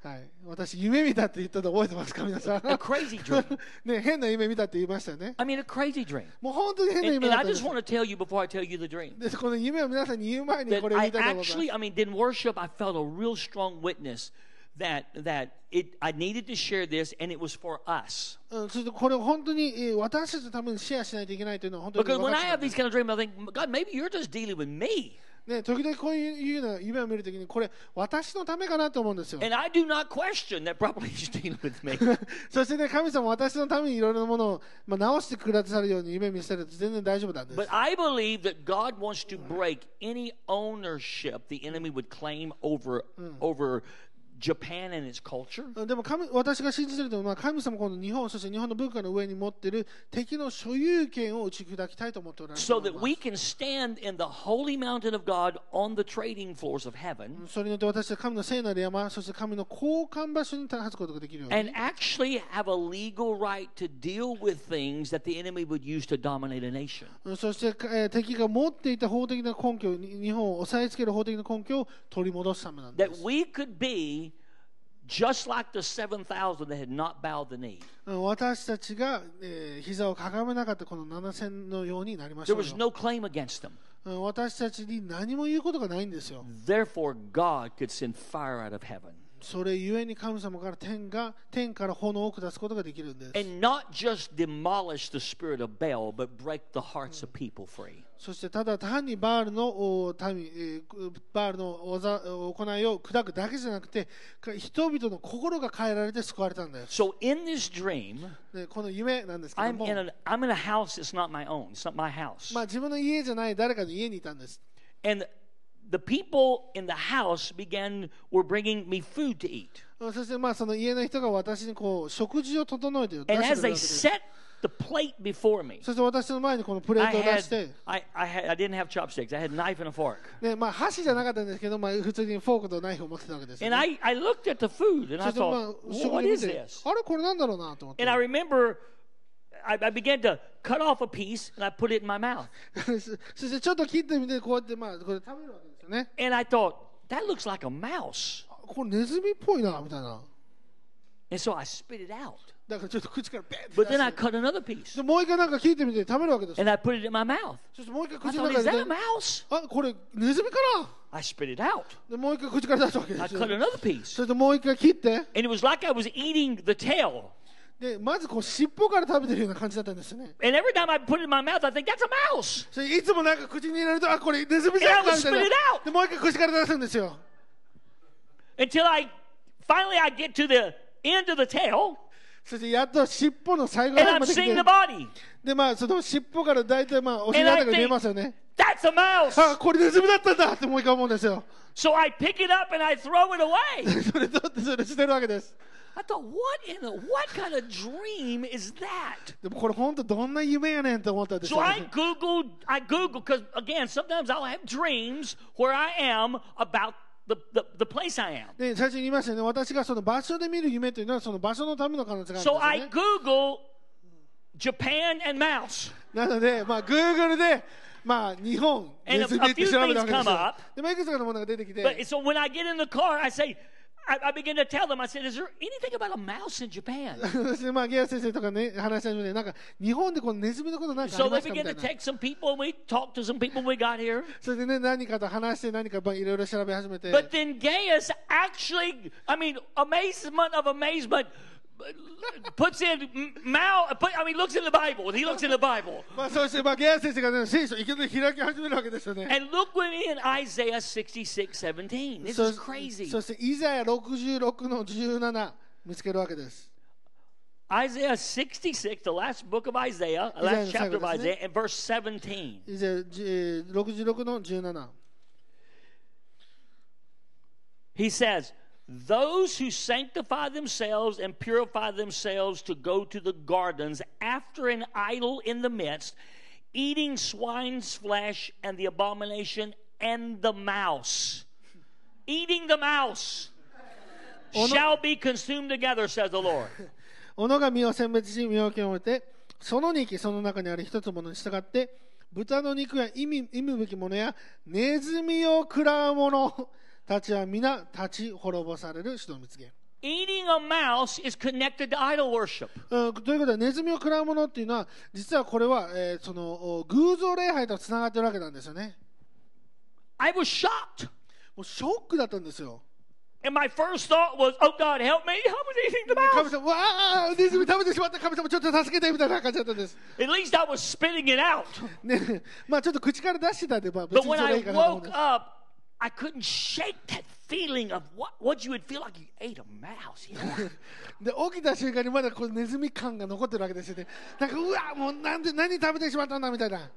[SPEAKER 3] はい、私、夢見たって言ったの覚えてますか、皆さん。
[SPEAKER 2] A crazy dream.
[SPEAKER 3] [laughs] ね、変な夢見たって言いましたよね。
[SPEAKER 2] I mean, a crazy [laughs] dream.
[SPEAKER 3] もう本当に変な
[SPEAKER 2] And,
[SPEAKER 3] 夢
[SPEAKER 2] and
[SPEAKER 3] だ
[SPEAKER 2] I
[SPEAKER 3] ったんです
[SPEAKER 2] just want to tell you before I tell you the dream
[SPEAKER 3] でこの夢を皆さんに言う前に
[SPEAKER 2] that
[SPEAKER 3] これを
[SPEAKER 2] I
[SPEAKER 3] 言いたいと思います。
[SPEAKER 2] actually, I mean, in worship, I felt a real strong witness that that it I needed to share this, and it was for us.
[SPEAKER 3] うん、それとこれを本当に、えー私たちのためにシェアしないといけないというのは本当に
[SPEAKER 2] Because
[SPEAKER 3] 分
[SPEAKER 2] when
[SPEAKER 3] か
[SPEAKER 2] I
[SPEAKER 3] ってた
[SPEAKER 2] have these kind of dreams, I think, God, maybe you're just dealing with me,
[SPEAKER 3] ね、時々こういうような夢を見るときに、これ、私のためかなと思うんで
[SPEAKER 2] [laughs]
[SPEAKER 3] すよ。
[SPEAKER 2] and I do not question that probably [laughs] He's dealing with me.
[SPEAKER 3] そしてね、神様は私のためにいろいろなものを、まあ、直してくださるように夢見せると全然大丈夫なんです
[SPEAKER 2] but。I believe that God wants to break any ownership the enemy would claim over over Japan and its culture.
[SPEAKER 3] うんでも神私が信じてるのは神様この日本そして日本の文化の上に持ってる敵の所有権を打ち砕きたいと思っておられると
[SPEAKER 2] So
[SPEAKER 3] 思い
[SPEAKER 2] that
[SPEAKER 3] ます
[SPEAKER 2] we can stand in the holy mountain of God on the trading floors of heaven
[SPEAKER 3] それによって私は神の聖なる山そして神の交換場所に立つことができるように
[SPEAKER 2] and actually have a legal rightと deal with things that the enemy would use to dominate a nation.
[SPEAKER 3] うんそして、えー敵が持っていた法的な根拠に日本を押さえつける法的な根拠を取り戻すためなんで
[SPEAKER 2] That
[SPEAKER 3] す、
[SPEAKER 2] we could be just like the 7,000 that had not bowed the knee.
[SPEAKER 3] うん私たちが、えー膝をかがめなかったこの7000のようになりまし
[SPEAKER 2] There
[SPEAKER 3] ょう
[SPEAKER 2] was
[SPEAKER 3] よ
[SPEAKER 2] no claim against them.
[SPEAKER 3] うん私たちに何も言うことがないんですよ
[SPEAKER 2] Therefore, God could send fire out of heaven.
[SPEAKER 3] それゆえに神様から天が天から炎を下すことができるんです
[SPEAKER 2] And not just demolish the spirit of Baal, but break the hearts of people free.
[SPEAKER 3] そしてただ単にバールのお民、えーくバールのおざ行いを砕くだけじゃなくてか人々の心が変えられて救われたんです、
[SPEAKER 2] So in this dream,
[SPEAKER 3] ね、この夢なんですけど
[SPEAKER 2] I'm
[SPEAKER 3] も
[SPEAKER 2] in, a, I'm in a house that's not my own. It's not my house.
[SPEAKER 3] まあ、自分の家じゃない誰かの家にいたんです
[SPEAKER 2] And the people in the house began were bringing me food to eat.
[SPEAKER 3] うんそしてまあその家の人が私にこう食事を整えて出してくれ
[SPEAKER 2] And
[SPEAKER 3] る
[SPEAKER 2] as
[SPEAKER 3] わけで
[SPEAKER 2] they
[SPEAKER 3] す
[SPEAKER 2] set the plate before me,
[SPEAKER 3] そして私の前にこのプレ
[SPEAKER 2] I
[SPEAKER 3] ートを出して
[SPEAKER 2] had I, I had I didn't have chopsticks. I had knife and a fork.
[SPEAKER 3] ねまあ、箸じゃなかったんですけど、まあ、普通にフォークとナイフを持ってたわけですよ
[SPEAKER 2] And
[SPEAKER 3] ね、
[SPEAKER 2] I, I looked at the food and
[SPEAKER 3] そ
[SPEAKER 2] I
[SPEAKER 3] してまあ
[SPEAKER 2] thought,
[SPEAKER 3] 食
[SPEAKER 2] what
[SPEAKER 3] 事見
[SPEAKER 2] is
[SPEAKER 3] て
[SPEAKER 2] this?
[SPEAKER 3] あれこれなんだろうなと思って
[SPEAKER 2] And I remember I, I began to cut off a piece and I put it in my mouth.
[SPEAKER 3] [laughs] そしてちょっと切ってみて、こうやって、まあ、これ食べるわけですよね。
[SPEAKER 2] And I thought, that looks like a mouse.
[SPEAKER 3] あこれネズミっぽいな、みたいな。
[SPEAKER 2] And so I spit it out.
[SPEAKER 3] だからちょっと口からペンって出
[SPEAKER 2] But
[SPEAKER 3] して
[SPEAKER 2] then I cut another piece
[SPEAKER 3] でもう一回なんか切ってみて食べるわけですよ。
[SPEAKER 2] and I put it in my mouth.
[SPEAKER 3] そしてもう一回
[SPEAKER 2] I
[SPEAKER 3] 口の
[SPEAKER 2] thought,
[SPEAKER 3] 中
[SPEAKER 2] is
[SPEAKER 3] で
[SPEAKER 2] that
[SPEAKER 3] 出
[SPEAKER 2] a
[SPEAKER 3] て、
[SPEAKER 2] mouse?
[SPEAKER 3] あ、これネズミかな
[SPEAKER 2] I spit it out.
[SPEAKER 3] で、もう一回口から出すわけで
[SPEAKER 2] I
[SPEAKER 3] すよ
[SPEAKER 2] cut。another piece.
[SPEAKER 3] それでもう一回切って、
[SPEAKER 2] And it was like I was eating the tail.
[SPEAKER 3] で、まずこう尻尾から食べてるような感じだったんですよね。
[SPEAKER 2] And every time I put it in my mouth, I think, that's a mouse.
[SPEAKER 3] それいつもなんか口に入れると、あ、これネズミじゃ
[SPEAKER 2] Yeah,
[SPEAKER 3] んか
[SPEAKER 2] I
[SPEAKER 3] み
[SPEAKER 2] was
[SPEAKER 3] たいな
[SPEAKER 2] spit it out.。
[SPEAKER 3] で、もう一回口から出すんですよ。
[SPEAKER 2] Until I finally I get to the end of the tail
[SPEAKER 3] そしてやっと尻尾の最後
[SPEAKER 2] and
[SPEAKER 3] ら辺
[SPEAKER 2] I'm
[SPEAKER 3] まで来
[SPEAKER 2] seeing the、
[SPEAKER 3] て
[SPEAKER 2] body.
[SPEAKER 3] で、まあ、その尻尾から大体まあ、お尻あたりが見えますよね。
[SPEAKER 2] That's a mouse.
[SPEAKER 3] あ、これネズミだったんだってもう一回思うんですよ。
[SPEAKER 2] So I pick it up and I throw it
[SPEAKER 3] [laughs]
[SPEAKER 2] away.
[SPEAKER 3] それ取ってそれしてるわけです。
[SPEAKER 2] I thought, what in the what kind of dream is that?
[SPEAKER 3] でもこれ本当どんな夢やねんと思ったんです
[SPEAKER 2] So
[SPEAKER 3] よ、
[SPEAKER 2] I
[SPEAKER 3] ね。
[SPEAKER 2] googled, I googled because again, sometimes I'll have dreams where I am about the, the, the place I am.
[SPEAKER 3] で最初に言いましたよね、私がその場所で見る夢というのはその場所のための可能性があ
[SPEAKER 2] So
[SPEAKER 3] るん
[SPEAKER 2] I
[SPEAKER 3] ですよ、ね。
[SPEAKER 2] Google Japan and mouse.
[SPEAKER 3] なので、まあ、Google で、まあ、日本、
[SPEAKER 2] And
[SPEAKER 3] ネズミって調べたわけで
[SPEAKER 2] a few
[SPEAKER 3] す
[SPEAKER 2] things come
[SPEAKER 3] よ
[SPEAKER 2] up.。
[SPEAKER 3] で、まあ、いくつかのものが出てき
[SPEAKER 2] But
[SPEAKER 3] て、
[SPEAKER 2] so when I get in the car, I say, I, I begin to tell them, I said, is there anything about a mouse in Japan?
[SPEAKER 3] そして、まあ、ゲア先生とかね、話し始めて、なんか、日本でこのネズミのことなんかあ
[SPEAKER 2] So
[SPEAKER 3] り
[SPEAKER 2] they
[SPEAKER 3] ますかみ
[SPEAKER 2] begin
[SPEAKER 3] た
[SPEAKER 2] to
[SPEAKER 3] いな。
[SPEAKER 2] text some people, and we talked to some people we got here.
[SPEAKER 3] それでね、何かと話して、何かまあいろいろ調べ始めて、
[SPEAKER 2] But then Gaius actually, I mean, amazement of amazement, puts in m- Mal. Put, I mean, looks in the Bible. He looks in the Bible,
[SPEAKER 3] まあ、そして、まあ、ゲア先生がね、聖書をいきなり開き始めるわけですよね。
[SPEAKER 2] and look with me in Isaiah 66, 17. This
[SPEAKER 3] そ
[SPEAKER 2] is crazy.
[SPEAKER 3] そしてイザヤ66の17見つけるわけです。
[SPEAKER 2] Isaiah 66, the last book of Isaiah, the last chapter of
[SPEAKER 3] 最後ですね。
[SPEAKER 2] Isaiah, and verse 17.
[SPEAKER 3] イザヤじえー66の17。
[SPEAKER 2] He says, Those who sanctify themselves and purify themselves to go to the gardens after an idol in the midst, eating swine's flesh and the abomination and the mouse. Eating the mouse shall be consumed together, says the Lord.
[SPEAKER 3] 斧が身を選別し身を清めてその肉その中にある一つものに従って豚の肉や忌み忌むべきものやネズミを食らう者 [laughs] たちは皆立ち滅ぼされる人の見つけ。
[SPEAKER 2] Eating a mouse is connected to idol worship.
[SPEAKER 3] うんということはネズミを食らう者っていうのは実はこれは、えーそのお偶像礼拝とつながってるわけなんですよね。
[SPEAKER 2] I was shocked.
[SPEAKER 3] もうショックだったんですよ。
[SPEAKER 2] And my first thought was, Oh God, help me. I was eating the mouse.
[SPEAKER 3] 神様、わあ、ネズミ食べてしまった、神様、ちょっと助けてみたいな感じだったんです。
[SPEAKER 2] At least I was spitting it out.
[SPEAKER 3] ね、まあちょっと口から出してたんで、まあ、別
[SPEAKER 2] But
[SPEAKER 3] に
[SPEAKER 2] when
[SPEAKER 3] それはい
[SPEAKER 2] I
[SPEAKER 3] いかなと思うん
[SPEAKER 2] woke
[SPEAKER 3] です。
[SPEAKER 2] up, I couldn't shake that feeling of what, what you would feel like you ate a mouse. you [laughs] know?
[SPEAKER 3] で、起きた瞬間にまだこうネズミ感が残ってるわけですよね。なんか、うわ、もうなんで、何食べてしまったんだみたいな。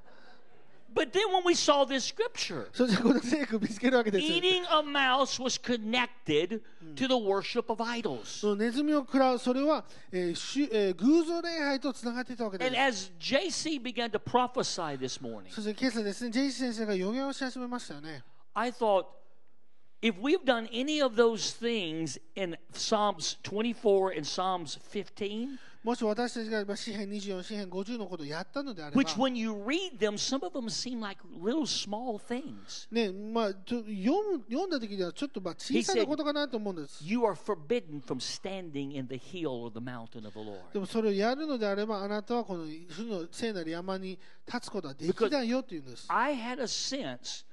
[SPEAKER 2] but then when we saw this scripture,
[SPEAKER 3] そしてこの聖句見つけるわけですよ。
[SPEAKER 2] eating a mouse was connected to the worship of idols.
[SPEAKER 3] そのネズミを食らう、それは、えーしゅえー偶像礼拝とつながっていたわけで
[SPEAKER 2] And as
[SPEAKER 3] す。
[SPEAKER 2] JC began to prophesy this morning,
[SPEAKER 3] そして今朝ですね、ジェイシー先生が予言をし始めましたよね。
[SPEAKER 2] I thought, if we've done any of those things in Psalms 24 and Psalms 15,
[SPEAKER 3] もし私たちがまあ詩編24、詩編50のことをやったのであれば、
[SPEAKER 2] which when you read them, some of them seem like little small things,
[SPEAKER 3] ねまあ、ちょ読む読んだ時ではちょっとまあ小さ
[SPEAKER 2] He
[SPEAKER 3] な
[SPEAKER 2] said-
[SPEAKER 3] ことかなと思うんです。
[SPEAKER 2] you are forbidden from standing in the heel of the mountain of the Lord.
[SPEAKER 3] でもそれをやるのであればあなたはこの主の聖なる山に立つことはできないよっていうんです。
[SPEAKER 2] I had a sense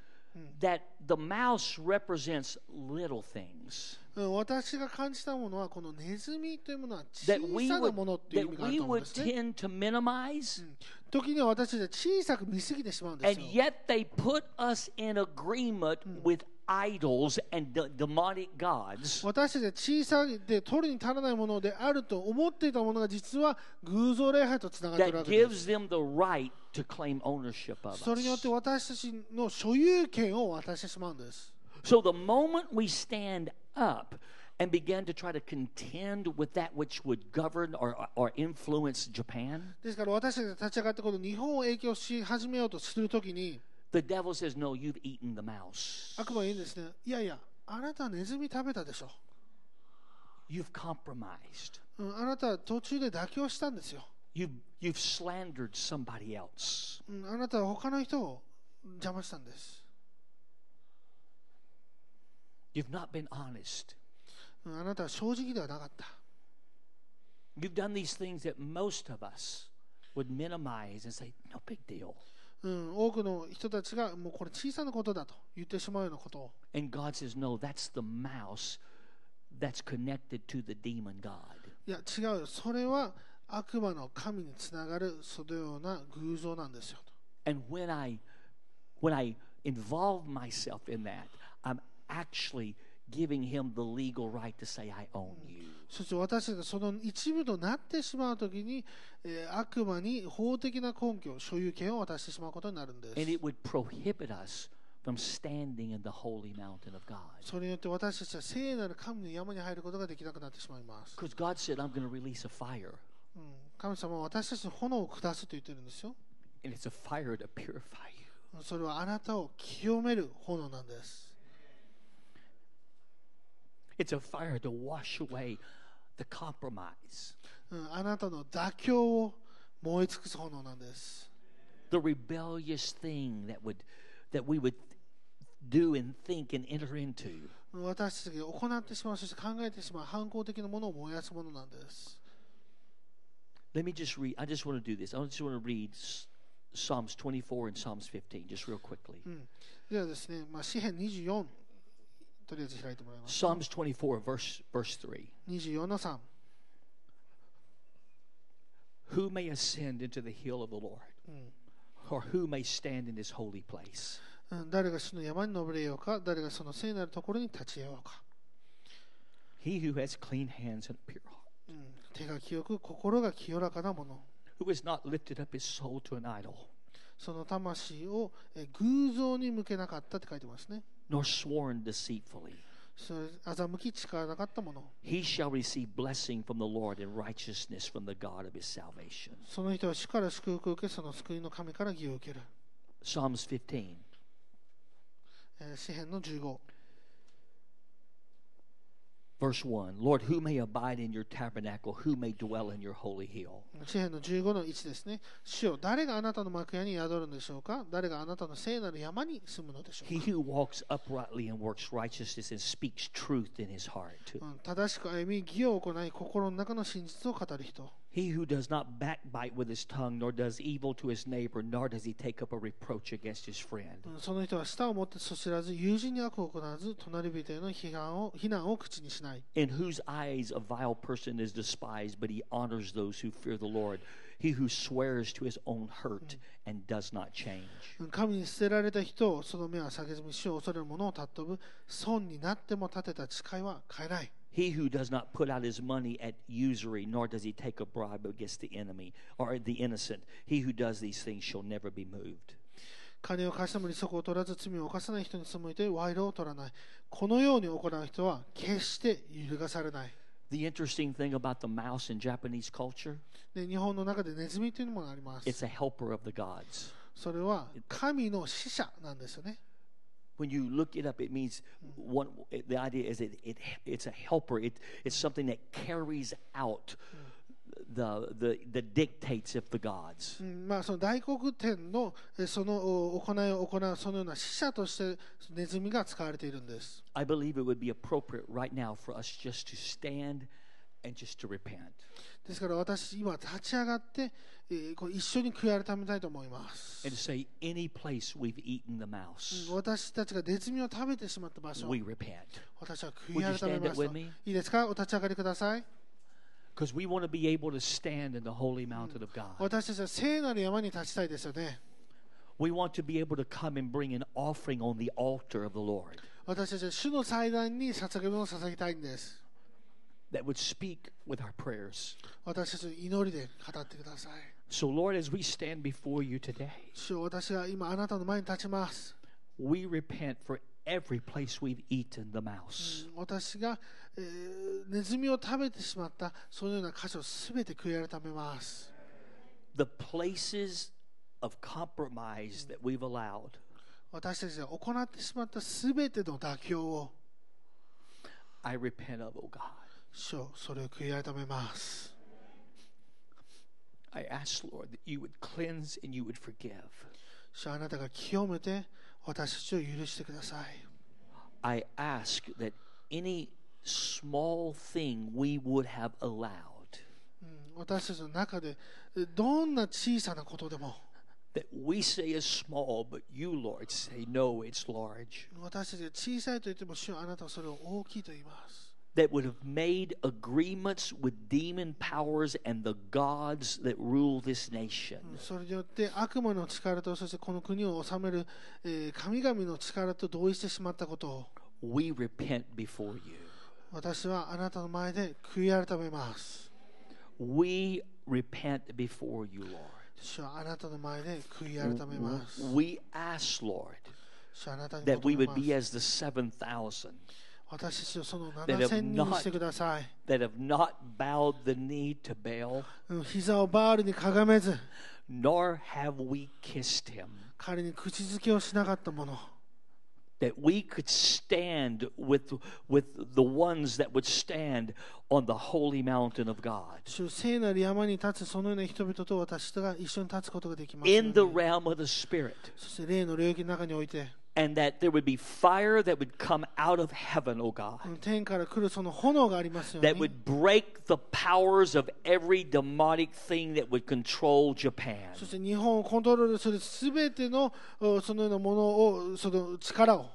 [SPEAKER 2] that the mouse represents little things
[SPEAKER 3] うん私が感じたものはこのネズミというものは小
[SPEAKER 2] that we
[SPEAKER 3] さな
[SPEAKER 2] would,
[SPEAKER 3] ものっていう意味
[SPEAKER 2] that
[SPEAKER 3] がある
[SPEAKER 2] we
[SPEAKER 3] と思うん
[SPEAKER 2] would
[SPEAKER 3] ですね。
[SPEAKER 2] tend to minimize,
[SPEAKER 3] 時には私たちは小さく見すぎてしまうんで
[SPEAKER 2] and
[SPEAKER 3] すよ。
[SPEAKER 2] yet they put us in agreement with idols and de- demonic gods.
[SPEAKER 3] 私たちは小さくて取りに足らないものであると思っていたものが実は偶像礼拝とつながっているわ
[SPEAKER 2] That
[SPEAKER 3] けです。
[SPEAKER 2] gives them the right to claim ownership of
[SPEAKER 3] それによっ
[SPEAKER 2] us.
[SPEAKER 3] て私たちの所有権を渡してしまうんです。
[SPEAKER 2] So the moment we stand up and begin to try to contend with that which would govern or, or influence Japan,
[SPEAKER 3] ですから私たちが立ち上がってこの日本を影響し始めようとするときに
[SPEAKER 2] the devil says, No, you've eaten the mouse.
[SPEAKER 3] 悪魔は言うんですねいやいやあなたはネズミ食べたでしょ、
[SPEAKER 2] You've compromised.
[SPEAKER 3] うん、あなたは途中で妥協したんですよ
[SPEAKER 2] You've You've, you've slandered somebody else.
[SPEAKER 3] うんあなたは他の人を邪魔したんです、
[SPEAKER 2] You've not been honest.
[SPEAKER 3] うんあなたは正直ではなかった、
[SPEAKER 2] You've done these things that most of us would minimize and say, no big deal.
[SPEAKER 3] うん、多くの人たちがもうこれ小さなことだと言ってしまうようなことを
[SPEAKER 2] And God says, no, that's the mouse that's connected to the demon God.
[SPEAKER 3] いや違うよそれは悪魔の神につながるそのような偶像なんですよと
[SPEAKER 2] And when I when I involve myself in that, I'm actually giving him the legal right to say I own you.
[SPEAKER 3] そして私たちがその一部となってしまうときに、えー悪魔に法的な根拠所有権を渡してしまうことになるんです
[SPEAKER 2] And it would prohibit us from standing in the holy mountain of God.
[SPEAKER 3] それによって私たちは聖なる神の山に入ることができなくなってしまいます、
[SPEAKER 2] Because God said, I'm going to release a fire.
[SPEAKER 3] うん、神様は私たちの炎を下すと言ってるんですよ
[SPEAKER 2] And it's a fire to purify you.
[SPEAKER 3] それはあなたを清める炎なんです。
[SPEAKER 2] It's a fire to wash away the compromise,
[SPEAKER 3] うん、あなたの妥協を燃え尽くす炎なんです。
[SPEAKER 2] the rebellious thing that would that we would do and think and enter into.
[SPEAKER 3] 私たちが行ってしまう、そして考えてしまう、反抗的なものを燃やすものなんです。
[SPEAKER 2] Let me just read. I just want to do this. I just want to read S- Psalms 24 and Psalms 15, just real quickly.
[SPEAKER 3] ではですね、まあ、詩編24、とりあえず開いてもらいます。
[SPEAKER 2] Psalms 24, verse verse 3.
[SPEAKER 3] 24の3。
[SPEAKER 2] Who may ascend into the hill of the Lord, or who may stand in His holy place?
[SPEAKER 3] うん、誰が主の山に登れようか、誰がその聖なるところに立ち会ようか。
[SPEAKER 2] He who has clean hands and a pure heart,
[SPEAKER 3] うん、手が清く、心が清らかなもの。
[SPEAKER 2] who has not lifted up his soul to an idol,
[SPEAKER 3] その魂をえ偶像に向けなかったって書いてますね。
[SPEAKER 2] nor sworn deceitfully.
[SPEAKER 3] それ欺き誓わなかったもの。
[SPEAKER 2] He shall receive blessing from the Lord and righteousness from the God of his salvation.
[SPEAKER 3] その人は主から祝福を受け、その救いの神から義を受ける。
[SPEAKER 2] Psalms 15.
[SPEAKER 3] えー詩編の15。
[SPEAKER 2] Verse 1 Lord, who may abide in your tabernacle? Who may dwell in your holy hill?
[SPEAKER 3] 詩編の15の1ですね。主よ誰があなたの幕屋に宿るのでしょうか誰があなたの聖なる山に住むのでしょ
[SPEAKER 2] He who
[SPEAKER 3] うか、
[SPEAKER 2] walks uprightly and works righteousness and speaks truth in his heart.
[SPEAKER 3] うん、正しく歩み、義を行い、心の中の真実を語る人。
[SPEAKER 2] He who does not backbite with his tongue, nor does evil to his neighbor, nor does he take up a reproach against his friend.
[SPEAKER 3] うんその人は舌を持ってそ知らず、友人に悪を行わず、隣人への批判を非難を口にしない。
[SPEAKER 2] In whose eyes a vile person is despised, but he honors those who fear the Lord. He who swears to his own hurt and does not change.
[SPEAKER 3] うん神に捨てられた人を、その目は下げずに、主を恐れる者を尊ぶ。損になっても立てた誓いは変えない。
[SPEAKER 2] He who does not put out his money at usury, nor does he take a bribe against the enemy or the innocent, he who does these things shall never be moved.
[SPEAKER 3] 金を貸しても利息を取らず罪を犯さない人に背いて賄賂を取らないこのように行う人は決して揺るがされない
[SPEAKER 2] The interesting thing about the mouse in Japanese culture,
[SPEAKER 3] で日本の中でネズミというのもあります
[SPEAKER 2] it's a helper of the gods.
[SPEAKER 3] それは神の使者なんですよね
[SPEAKER 2] When you look it up, it means one. It, the idea is it, it it's a helper. It, it's something that carries out the the the dictates of the gods.
[SPEAKER 3] うんまあその大黒天のえそのお行いを行うそのような使者としてネズミが使われているんです
[SPEAKER 2] I believe it would be appropriate right now for us just to stand and just to repent.
[SPEAKER 3] ですから私今立ち上がって、えーこう一緒に悔い改めたいと思います
[SPEAKER 2] and to say any place we've eaten the mouse
[SPEAKER 3] 私たちがネズミを食べてしまった場所
[SPEAKER 2] we repent
[SPEAKER 3] 私は悔い改め
[SPEAKER 2] Would you stand
[SPEAKER 3] ます
[SPEAKER 2] up with
[SPEAKER 3] と
[SPEAKER 2] me?
[SPEAKER 3] いいですかお立ち上がりください
[SPEAKER 2] because we want to be able to stand in the holy mountain of god
[SPEAKER 3] 私たちは聖なる山に立ちたいですよね
[SPEAKER 2] we want to be able to come and bring an offering on the altar of the lord
[SPEAKER 3] 私たちは主の祭壇に捧げ物を捧げたいんです
[SPEAKER 2] that would speak with our prayers
[SPEAKER 3] 私たちの祈りで語ってください
[SPEAKER 2] so lord as we stand before you today
[SPEAKER 3] 主よ私が今あなたの前に立ちます
[SPEAKER 2] we repent for every place we've eaten the
[SPEAKER 3] Mm.
[SPEAKER 2] mouse
[SPEAKER 3] 私が、えーネズミを食べてしまったそのような箇所すべて悔い改めます
[SPEAKER 2] the places of compromise that we've allowed
[SPEAKER 3] 私たちが行ってしまったすべての妥協を
[SPEAKER 2] i repent of oh god
[SPEAKER 3] 主よそれを悔い改めます
[SPEAKER 2] I ask, Lord, that you would cleanse and you would forgive.
[SPEAKER 3] 主あなたが清めて私たちを許してください
[SPEAKER 2] I ask that any small thing we would have allowed,
[SPEAKER 3] うん私たちの中でえどんな小さなことでも
[SPEAKER 2] that we say is small, but you, Lord, say, no, it's large,
[SPEAKER 3] 私たちが小さいと言っても主はあなたはそれを大きいと言います
[SPEAKER 2] that would have made agreements with demon powers and the gods that rule this nation.
[SPEAKER 3] それによって悪魔の力とそしてこの国を治める、えー神々の力と同意してしまったことを
[SPEAKER 2] We repent before you.
[SPEAKER 3] 私はあなたの前で悔い改めます
[SPEAKER 2] We repent before you, Lord.
[SPEAKER 3] 主はあなたの前で悔い改めます。
[SPEAKER 2] We ask, Lord,
[SPEAKER 3] 主はあなたに
[SPEAKER 2] that we
[SPEAKER 3] 求め
[SPEAKER 2] would
[SPEAKER 3] ま
[SPEAKER 2] be
[SPEAKER 3] す
[SPEAKER 2] as the 7,000
[SPEAKER 3] 私たちをその
[SPEAKER 2] have
[SPEAKER 3] 7000人に
[SPEAKER 2] not-
[SPEAKER 3] してください。
[SPEAKER 2] that have not bowed the knee to Baal,
[SPEAKER 3] うん膝をバールにかがめず、
[SPEAKER 2] nor have we kissed him.
[SPEAKER 3] 彼に口づけをしなかったもの。
[SPEAKER 2] that we could stand with with the ones that would stand on the holy mountain of God
[SPEAKER 3] 主聖なる山に立つそのような人々と私とが一緒に立つことができますよう
[SPEAKER 2] in
[SPEAKER 3] に。
[SPEAKER 2] the realm of the spirit
[SPEAKER 3] そして霊の領域の中において、
[SPEAKER 2] and that there would be fire that would come out of heaven oh
[SPEAKER 3] う
[SPEAKER 2] God
[SPEAKER 3] ん天から来るその炎がありますよう
[SPEAKER 2] that
[SPEAKER 3] に。
[SPEAKER 2] would break the powers of every demonic thing that would control Japan
[SPEAKER 3] そして日本をコントロールするすべてのおそのようなものを、その力を。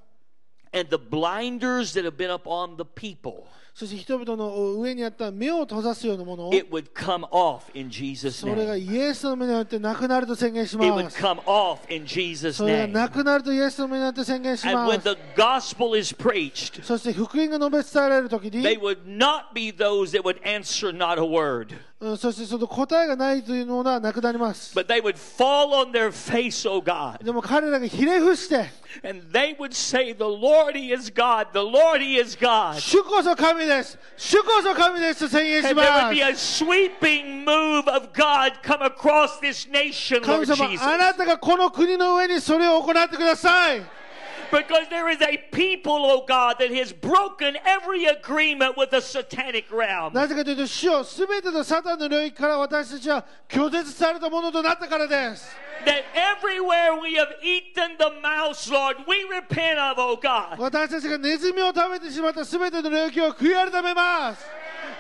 [SPEAKER 2] and the blinders that have been upon the people
[SPEAKER 3] そして人々のお上にあった目を閉ざすようなものを
[SPEAKER 2] it would come off in Jesus
[SPEAKER 3] それが
[SPEAKER 2] name
[SPEAKER 3] イエスの目によってなくなると宣言し
[SPEAKER 2] it would
[SPEAKER 3] ます。
[SPEAKER 2] come off in Jesus
[SPEAKER 3] それが
[SPEAKER 2] name
[SPEAKER 3] なくなるとイエスの目によって宣言し
[SPEAKER 2] and
[SPEAKER 3] ま
[SPEAKER 2] when
[SPEAKER 3] す。
[SPEAKER 2] the gospel is preached
[SPEAKER 3] そして福音が述べ伝えられるとき
[SPEAKER 2] they
[SPEAKER 3] に、
[SPEAKER 2] would not be those that would answer not a word,
[SPEAKER 3] うんそしてその答えがないというものはなくなります。
[SPEAKER 2] but they would fall on their face, O God,
[SPEAKER 3] でも彼らがひれ伏して、
[SPEAKER 2] and they would say, The Lord, He is God, the Lord, He is God.
[SPEAKER 3] 主こそ神です主こそ神ですと宣言し
[SPEAKER 2] And there
[SPEAKER 3] ま
[SPEAKER 2] would
[SPEAKER 3] す
[SPEAKER 2] be a sweeping move of God come across this nation,
[SPEAKER 3] 神
[SPEAKER 2] Lord
[SPEAKER 3] 様、あ
[SPEAKER 2] Jesus.
[SPEAKER 3] なたがこの国の上にそれを行ってください
[SPEAKER 2] Because there is a people, O God, that has broken every agreement with the satanic realm.
[SPEAKER 3] なぜかというと、主をすべてのサタンの領域から私たちは拒絶されたものとなったからです。
[SPEAKER 2] That everywhere we have eaten the mouse, Lord, we repent of, O God.
[SPEAKER 3] 私たちがネズミを食べてしまったすべての領域を悔い改めます。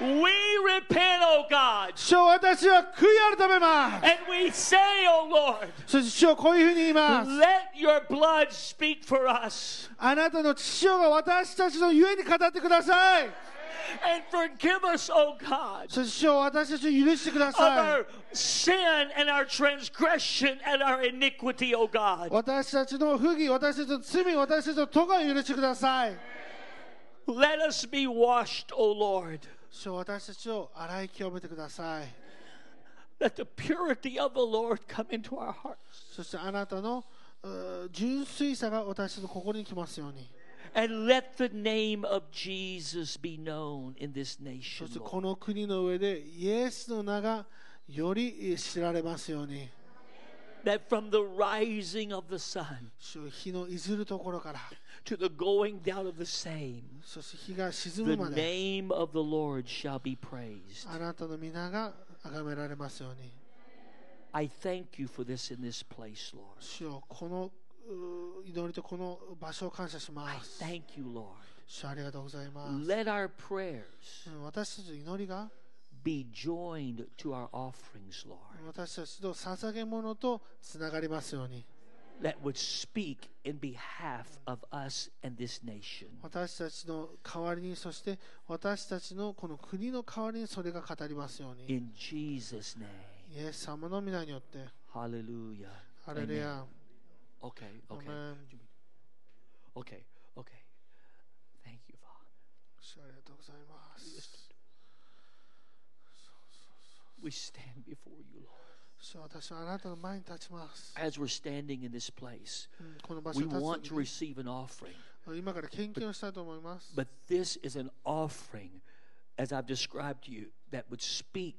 [SPEAKER 2] We repent, O God.
[SPEAKER 3] 主よ私は悔い改めます。
[SPEAKER 2] And we say, O Lord,
[SPEAKER 3] そして主よこういうふうに言います。
[SPEAKER 2] let your blood speak for us
[SPEAKER 3] あなたの父よが私たちのゆえに語ってください。
[SPEAKER 2] and forgive us, O God, of
[SPEAKER 3] そして主よ私たちを許してください。
[SPEAKER 2] our sin and our transgression and our iniquity, O God.
[SPEAKER 3] 私たちの不義、私たちの罪、私たちの咎を許してください。
[SPEAKER 2] Let us be washed, O Lord,
[SPEAKER 3] 主よ私たちを洗い清めてください。
[SPEAKER 2] that the purity of the Lord come into our hearts.
[SPEAKER 3] そしてあなたのうー純粋さが私の心に来ますように。
[SPEAKER 2] And let the name of Jesus be known in this
[SPEAKER 3] そ
[SPEAKER 2] nation.
[SPEAKER 3] してこ
[SPEAKER 2] Lord.
[SPEAKER 3] の国の上でイエスの名がよりえ知られますように。
[SPEAKER 2] That from the rising of the sun
[SPEAKER 3] 主よ日のいずるところから、
[SPEAKER 2] to the going down of the same,
[SPEAKER 3] そして日が沈む
[SPEAKER 2] the
[SPEAKER 3] まで、
[SPEAKER 2] name of the Lord shall be praised.
[SPEAKER 3] あなたの皆が崇められますように。
[SPEAKER 2] I thank you for this in this place, Lord.
[SPEAKER 3] 主よこのうー祈りとこの場所を感謝し
[SPEAKER 2] I
[SPEAKER 3] ます。
[SPEAKER 2] thank you, Lord.
[SPEAKER 3] 主よありがとうございます。
[SPEAKER 2] Let our prayers
[SPEAKER 3] うん私たちの祈りが
[SPEAKER 2] be joined to our offerings, Lord,
[SPEAKER 3] 私たちの捧げ物とつながりますように。
[SPEAKER 2] that would speak in behalf of us and this nation.
[SPEAKER 3] 私たちの代わりにそして私たちのこの国の代わりにそれが語りますようにイ
[SPEAKER 2] In Jesus' name.
[SPEAKER 3] エス様の皆によって
[SPEAKER 2] Hallelujah.
[SPEAKER 3] ハレル
[SPEAKER 2] Amen.
[SPEAKER 3] ヤ
[SPEAKER 2] Okay,
[SPEAKER 3] ア
[SPEAKER 2] okay.
[SPEAKER 3] メン
[SPEAKER 2] Okay, okay. Thank you, Father.
[SPEAKER 3] 主ありがとうございます
[SPEAKER 2] We stand before you, Lord.
[SPEAKER 3] 主私はあなたの前に立ちます、
[SPEAKER 2] As we're standing in this place,
[SPEAKER 3] うんこの場所
[SPEAKER 2] we
[SPEAKER 3] に立
[SPEAKER 2] want
[SPEAKER 3] つ
[SPEAKER 2] to receive an offering.
[SPEAKER 3] 今から研究をしたいと思います
[SPEAKER 2] But this is an offering, as I've described to you, that would speak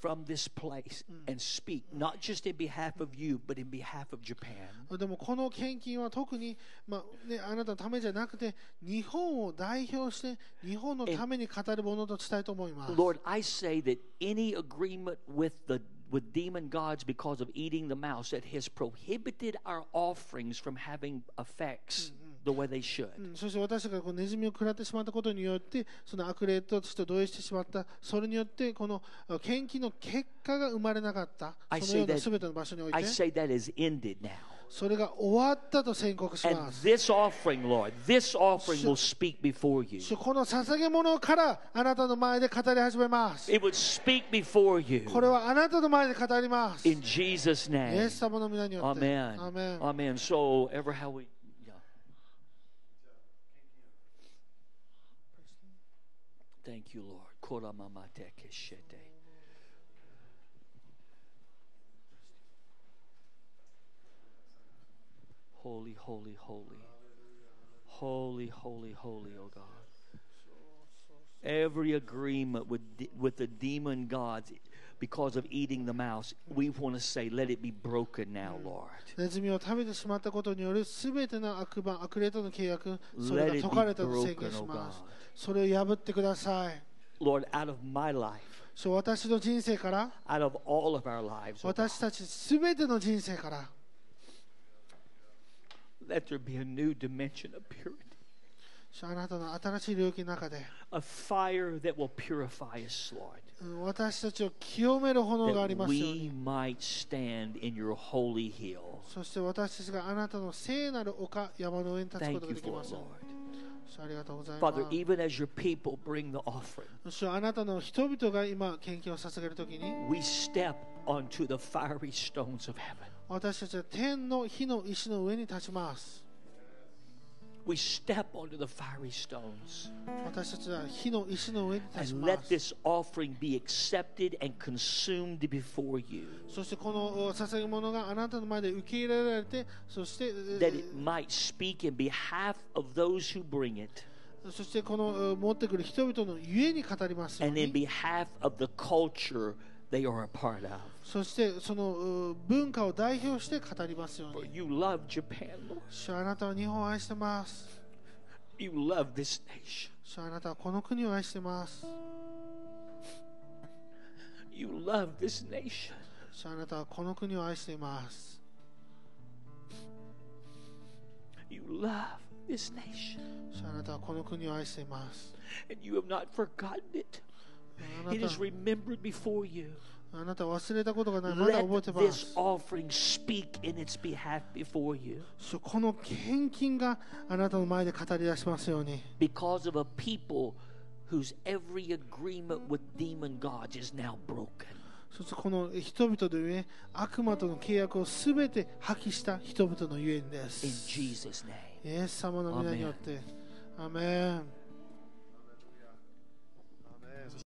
[SPEAKER 2] from this place and speak not just in behalf of you, but in behalf of Japan.
[SPEAKER 3] でもこの献金は特に、まあね、あなたのためじゃなくて日本を代表して日本のために語るものとしたいと思います
[SPEAKER 2] Lord, I say that any agreement with the with demon gods because of eating the mouse that has prohibited our offerings from having effects the way they should.
[SPEAKER 3] うんそして私がこうネズミを食らってしまったことによってその悪霊とと同意してしまったそれによってこのあ献金の結果が生まれなかったそ
[SPEAKER 2] I
[SPEAKER 3] の
[SPEAKER 2] say
[SPEAKER 3] ような
[SPEAKER 2] that-
[SPEAKER 3] 全ての場所において
[SPEAKER 2] I say that is ended now.
[SPEAKER 3] それが終わったと宣告し
[SPEAKER 2] And
[SPEAKER 3] ます
[SPEAKER 2] this offering, Lord, this offering will speak before you.
[SPEAKER 3] 主この捧げ物からあなたの前で語り始めます
[SPEAKER 2] It would speak before
[SPEAKER 3] これ
[SPEAKER 2] you.
[SPEAKER 3] はあなたの前で語りますイ
[SPEAKER 2] In Jesus'
[SPEAKER 3] エ
[SPEAKER 2] name.
[SPEAKER 3] ス様の皆によって
[SPEAKER 2] Amen.
[SPEAKER 3] アーメン
[SPEAKER 2] Amen. So, ever how we. Yeah. Thank you, Lord. Kora mama te keshete. Holy, holy, holy. Holy, holy, holy, oh God. Every agreement with, de- with the demon gods because of eating the mouse, we want to say, let it be broken now, Lord.
[SPEAKER 3] ネズミを食べてしまったことによる全ての悪魔悪霊との契約それ
[SPEAKER 2] Let
[SPEAKER 3] が
[SPEAKER 2] it
[SPEAKER 3] 解
[SPEAKER 2] be
[SPEAKER 3] かれたと宣
[SPEAKER 2] broken,
[SPEAKER 3] 言し
[SPEAKER 2] oh
[SPEAKER 3] ま
[SPEAKER 2] God.
[SPEAKER 3] すそれを破ってください
[SPEAKER 2] Lord, out of my life,
[SPEAKER 3] そう私の人生から
[SPEAKER 2] out of all of our lives, oh God,
[SPEAKER 3] 私たち全ての人生から
[SPEAKER 2] let there be a new dimension of purity,
[SPEAKER 3] 主あなたの新しい領域の中で
[SPEAKER 2] a fire that will purify us, Lord,
[SPEAKER 3] うん私たちを清める炎があり
[SPEAKER 2] that
[SPEAKER 3] ますように
[SPEAKER 2] we might stand in your holy hill.
[SPEAKER 3] そして私たちがあなたの聖なる丘山の上に立つこ
[SPEAKER 2] Thank
[SPEAKER 3] とが
[SPEAKER 2] you for
[SPEAKER 3] できま
[SPEAKER 2] it,
[SPEAKER 3] すよう
[SPEAKER 2] Lord.
[SPEAKER 3] に主ありがとうございます
[SPEAKER 2] Father, even as your people bring the offering,
[SPEAKER 3] 主あなたの人々が今献金を捧げるときに
[SPEAKER 2] we step onto the fiery stones of heaven.
[SPEAKER 3] 私たちは天の火の石の上に立ちます
[SPEAKER 2] We step onto the fiery stones
[SPEAKER 3] 私たちは火の石の上に立ち
[SPEAKER 2] and
[SPEAKER 3] ま
[SPEAKER 2] let
[SPEAKER 3] す
[SPEAKER 2] this offering be accepted and consumed before you,
[SPEAKER 3] そしてこのお捧げ物があなたの前で受け入れられてそしてえ
[SPEAKER 2] that it might speak in behalf of those who bring it.
[SPEAKER 3] そしてこのえ持ってくる人々のゆえに語りますよう
[SPEAKER 2] and in
[SPEAKER 3] に
[SPEAKER 2] behalf of the culture they are a part of.
[SPEAKER 3] そしてそのう文化を代表して語りますよう
[SPEAKER 2] For
[SPEAKER 3] に
[SPEAKER 2] you love Japan, Lord.
[SPEAKER 3] 主あなたは日本を愛してます
[SPEAKER 2] You love this nation.
[SPEAKER 3] 主あなたはこの国を愛してます
[SPEAKER 2] You love this nation.
[SPEAKER 3] 主あなたはこの国を愛しています
[SPEAKER 2] You love this nation.
[SPEAKER 3] 主あなたはこの国を愛しています
[SPEAKER 2] And you have not forgotten it.
[SPEAKER 3] あな
[SPEAKER 2] It is
[SPEAKER 3] た
[SPEAKER 2] remembered before you.
[SPEAKER 3] あなたは忘れたことがないまだ覚え
[SPEAKER 2] Let
[SPEAKER 3] てま
[SPEAKER 2] this
[SPEAKER 3] す
[SPEAKER 2] offering speak in its behalf before you.
[SPEAKER 3] 主この献金があなたの前で語り出しますように
[SPEAKER 2] Because of a people whose every agreement with demon gods is now broken.
[SPEAKER 3] そしてこの人々でね悪魔との契約をすべて破棄した人々のゆえんで
[SPEAKER 2] In
[SPEAKER 3] す
[SPEAKER 2] Jesus' name.
[SPEAKER 3] イエス様の皆によってアメン